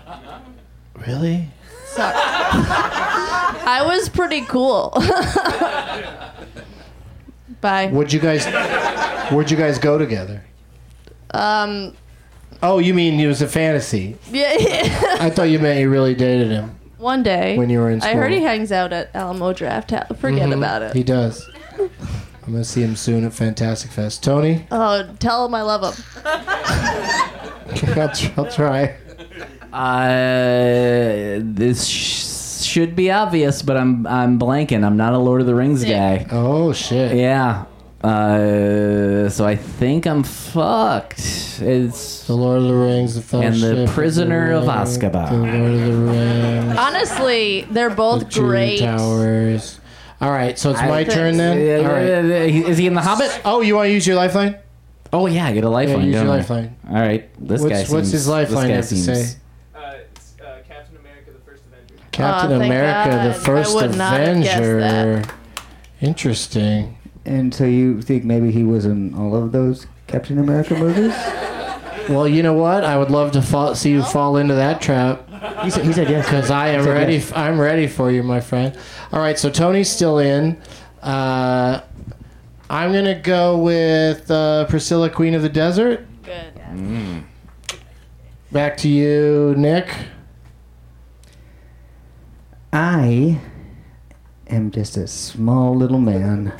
Speaker 4: Really?
Speaker 7: Sorry. I was pretty cool. Bye.
Speaker 4: Where'd you guys? Where'd you guys go together?
Speaker 7: Um.
Speaker 4: Oh, you mean it was a fantasy?
Speaker 7: Yeah.
Speaker 4: I thought you meant you really dated him.
Speaker 7: One day.
Speaker 4: When you were in
Speaker 7: I heard
Speaker 4: school.
Speaker 7: he hangs out at Alamo Draft House. Forget
Speaker 4: Mhm.
Speaker 7: about it.
Speaker 4: He does. I'm gonna see him soon at Fantastic Fest. Tony,
Speaker 7: Oh, tell him I love him.
Speaker 4: I'll, tr- I'll try.
Speaker 8: Uh, this sh- should be obvious, but I'm I'm blanking. I'm not a Lord of the Rings guy.
Speaker 4: Oh shit.
Speaker 8: Yeah. Uh, so I think I'm fucked. It's
Speaker 4: The Lord of the Rings, the
Speaker 8: and
Speaker 4: Fellowship,
Speaker 8: the
Speaker 4: of
Speaker 8: Prisoner of
Speaker 4: Ring, The
Speaker 8: Azkaban.
Speaker 4: Lord of the Rings,
Speaker 7: Honestly, they're both
Speaker 4: Two
Speaker 7: great.
Speaker 4: Towers. All right, so it's
Speaker 8: I-
Speaker 4: my turn then. All right.
Speaker 8: Is he in the Hobbit?
Speaker 4: Oh, you want to use your lifeline?
Speaker 8: Oh yeah, I get a
Speaker 4: Yeah,
Speaker 8: lifeline.
Speaker 4: use your
Speaker 8: don't I?
Speaker 4: lifeline.
Speaker 7: Oh,
Speaker 8: All right, this
Speaker 4: What's-
Speaker 8: guy.
Speaker 4: what's
Speaker 8: seems-
Speaker 4: his lifeline
Speaker 8: This guy
Speaker 4: have to
Speaker 8: seems,
Speaker 4: say?
Speaker 11: Uh, Captain America: The First Avenger.
Speaker 4: Captain
Speaker 7: thank
Speaker 4: America,
Speaker 7: God.
Speaker 4: the first
Speaker 7: I would not have guessed
Speaker 4: Avenger. Interesting.
Speaker 6: And so you think maybe he was in all of those Captain America movies?
Speaker 4: Well, you know what? I would love to fall, see you fall into that trap
Speaker 6: He said, he said yes.
Speaker 4: because I am
Speaker 6: It's okay.
Speaker 4: ready. f- I'm ready for you, my friend. All right, so Tony's still in. Uh, I'm gonna go with uh, Priscilla, Queen of the Desert.
Speaker 7: Good.
Speaker 4: Back to you, Nick.
Speaker 6: I am just a small little man.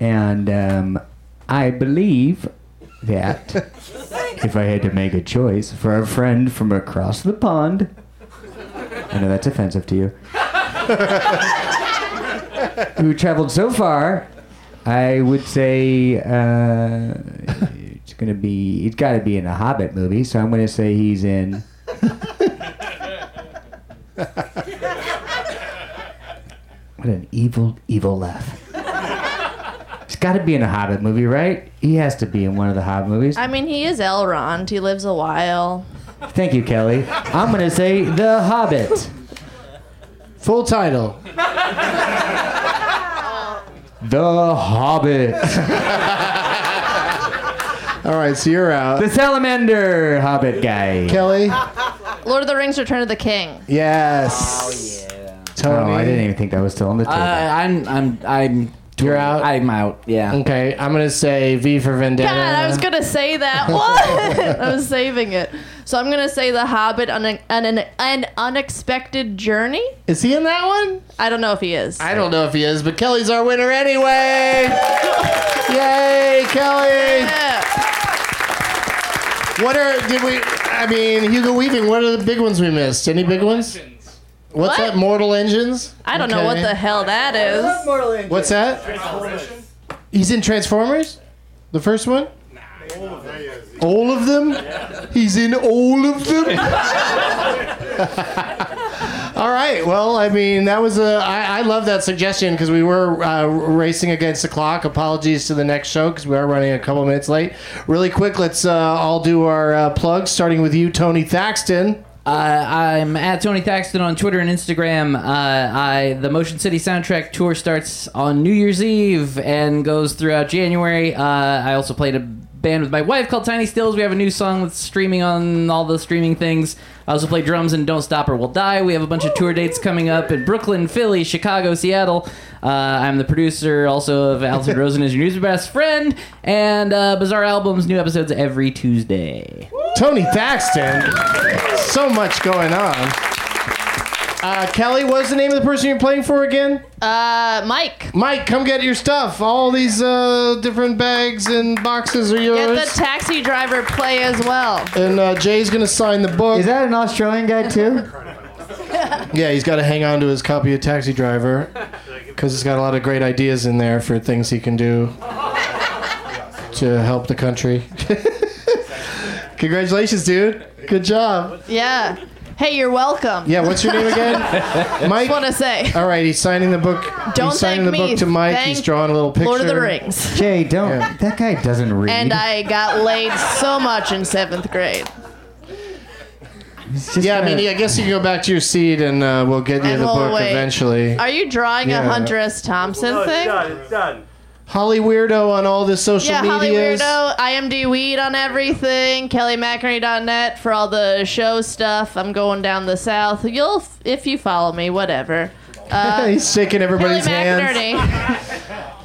Speaker 6: and um, I believe that if I had to make a choice for a friend from across the pond, I know that's offensive to you, who traveled so far, I would say uh, it's going to be, it's got to be in a Hobbit movie, so I'm going to say he's in. What an evil, evil laugh. He's got to be in a Hobbit movie, right? He has to be in one of the Hobbit movies.
Speaker 7: I mean, he is Elrond. He lives a while.
Speaker 6: Thank you, Kelly. I'm going to say The Hobbit.
Speaker 4: Full title.
Speaker 6: The Hobbit.
Speaker 4: All right, so you're out.
Speaker 6: The Salamander Hobbit guy.
Speaker 4: Kelly.
Speaker 7: Lord of the Rings: Return of the King.
Speaker 4: Yes. Oh yeah. Tony.
Speaker 6: Oh, I didn't even think that was still on the table.
Speaker 8: Uh, I'm I'm I'm.
Speaker 4: You're out?
Speaker 8: I'm out. Yeah.
Speaker 4: Okay, I'm gonna say V for Vendetta.
Speaker 7: God, I was gonna say that. What? I was saving it. So I'm gonna say The Hobbit on an, on an, an unexpected journey.
Speaker 4: Is he in that one?
Speaker 7: I don't know if he is.
Speaker 4: I don't know if he is, but Kelly's our winner anyway. Yay, Kelly!
Speaker 7: Yeah.
Speaker 4: What are did we? I mean, Hugo Weaving. What are the big ones we missed? Any big ones? What's
Speaker 7: What?
Speaker 4: that? Mortal Engines.
Speaker 7: I don't know what
Speaker 4: Okay.
Speaker 7: the hell that is.
Speaker 4: What's that? He's in Transformers, the first one. All of them? He's in all of them? all right. Well, I mean, that was a. I, I love that suggestion because we were uh, racing against the clock. Apologies to the next show because we are running a couple minutes late. Really quick, let's uh, all do our uh, plugs, starting with you, Tony Thaxton.
Speaker 6: Uh, I'm at Tony Thaxton on Twitter and Instagram. Uh, I the Motion City Soundtrack Tour starts on New Year's Eve and goes throughout January. Uh, I also played a band with my wife called Tiny Stills. We have a new song that's streaming on all the streaming things. I also play drums in Don't Stop or We'll Die. We have a bunch of tour dates coming up in Brooklyn, Philly, Chicago, Seattle. Uh, I'm the producer also of Alison Rosen is your news best friend and uh, Bizarre Albums. New episodes every Tuesday.
Speaker 4: Tony Thaxton. So much going on. Uh, Kelly, what's the name of the person you're playing for again?
Speaker 7: Uh, Mike.
Speaker 4: Mike, come get your stuff. All these uh, different bags and boxes are yours.
Speaker 7: Get the taxi driver play as well.
Speaker 4: And uh, Jay's gonna sign the book. Is
Speaker 12: that an Australian guy too?
Speaker 4: yeah, he's got to hang on to his copy of Taxi Driver because it's got a lot of great ideas in there for things he can do to help the country. Congratulations, dude. Good job.
Speaker 7: Yeah. Hey, you're welcome.
Speaker 4: Yeah, what's your name again? Mike.
Speaker 7: Just want to say.
Speaker 4: All right, he's signing the book.
Speaker 7: Don't
Speaker 4: he's signing
Speaker 7: thank
Speaker 4: the book
Speaker 7: me.
Speaker 4: to Mike. he's
Speaker 7: Thank
Speaker 4: drawing a little picture.
Speaker 7: Lord of the Rings.
Speaker 12: Jay, don't. That guy doesn't read.
Speaker 7: And I got laid so much in seventh grade.
Speaker 4: yeah, I mean, I guess you can go back to your seat, and uh, we'll get you
Speaker 7: And
Speaker 4: the
Speaker 7: we'll
Speaker 4: book
Speaker 7: wait.
Speaker 4: eventually.
Speaker 7: Are you drawing
Speaker 4: Yeah.
Speaker 7: a Hunter S. Thompson thing?
Speaker 5: It's done.
Speaker 4: Holly weirdo on all the social
Speaker 7: yeah, Holly
Speaker 4: medias.
Speaker 7: Weirdo, IMD Weed on everything, KellyMcInerney.net for all the show stuff. I'm going down the south. You'll, if you follow me, whatever. Uh,
Speaker 4: he's shaking everybody's hands.
Speaker 7: McInerney.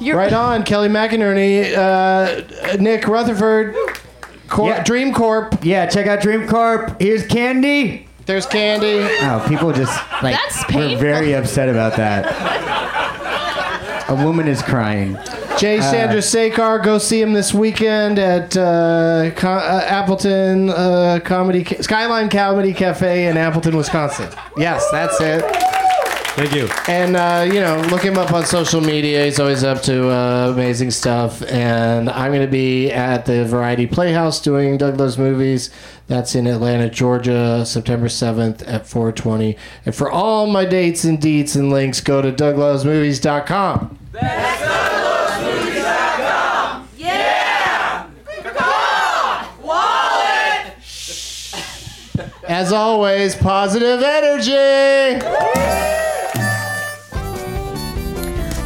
Speaker 7: You're-
Speaker 4: Right on, Kelly McInerney, uh, Nick Rutherford, Cor- Dream Corp.
Speaker 12: Yeah, check out Dream Corp. Here's candy.
Speaker 4: There's candy.
Speaker 12: Oh, people just like
Speaker 7: That's
Speaker 12: we're very upset about that. A woman is crying.
Speaker 4: Jay
Speaker 12: Uh,
Speaker 4: Sandra Sekar, go see him this weekend at uh, Co- uh, Appleton uh, Comedy Ca- Skyline Comedy Cafe in Appleton, Wisconsin. Yes, that's it.
Speaker 5: Thank you.
Speaker 4: And uh, you know, look him up on social media. He's always up to uh, amazing stuff. And I'm going to be at the Variety Playhouse doing Douglas movies. That's in Atlanta, Georgia, September 7th at 4:20. And for all my dates and deets and links, go to douglasmovies.com. As always, positive energy.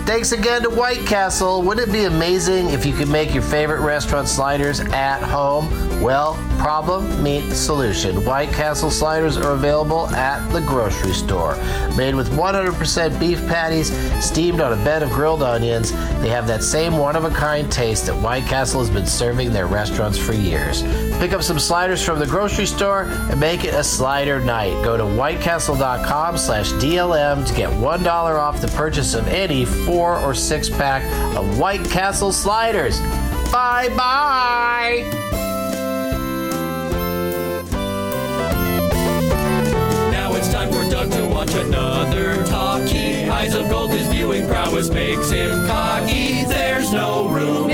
Speaker 4: Thanks again to White Castle. Wouldn't it be amazing if you could make your favorite restaurant sliders at home? Well, problem meet solution. White Castle sliders are available at the grocery store. Made with 100% beef patties, steamed on a bed of grilled onions, they have that same one of a kind taste that White Castle has been serving their restaurants for years. Pick up some sliders from the grocery store and make it a slider night. Go to whitecastle.com slash DLM to get $1 off the purchase of any four or six pack of White Castle sliders. Bye bye.
Speaker 8: Now it's time for Doug to watch another talkie. Eyes of gold, his viewing prowess makes him cocky. There's no room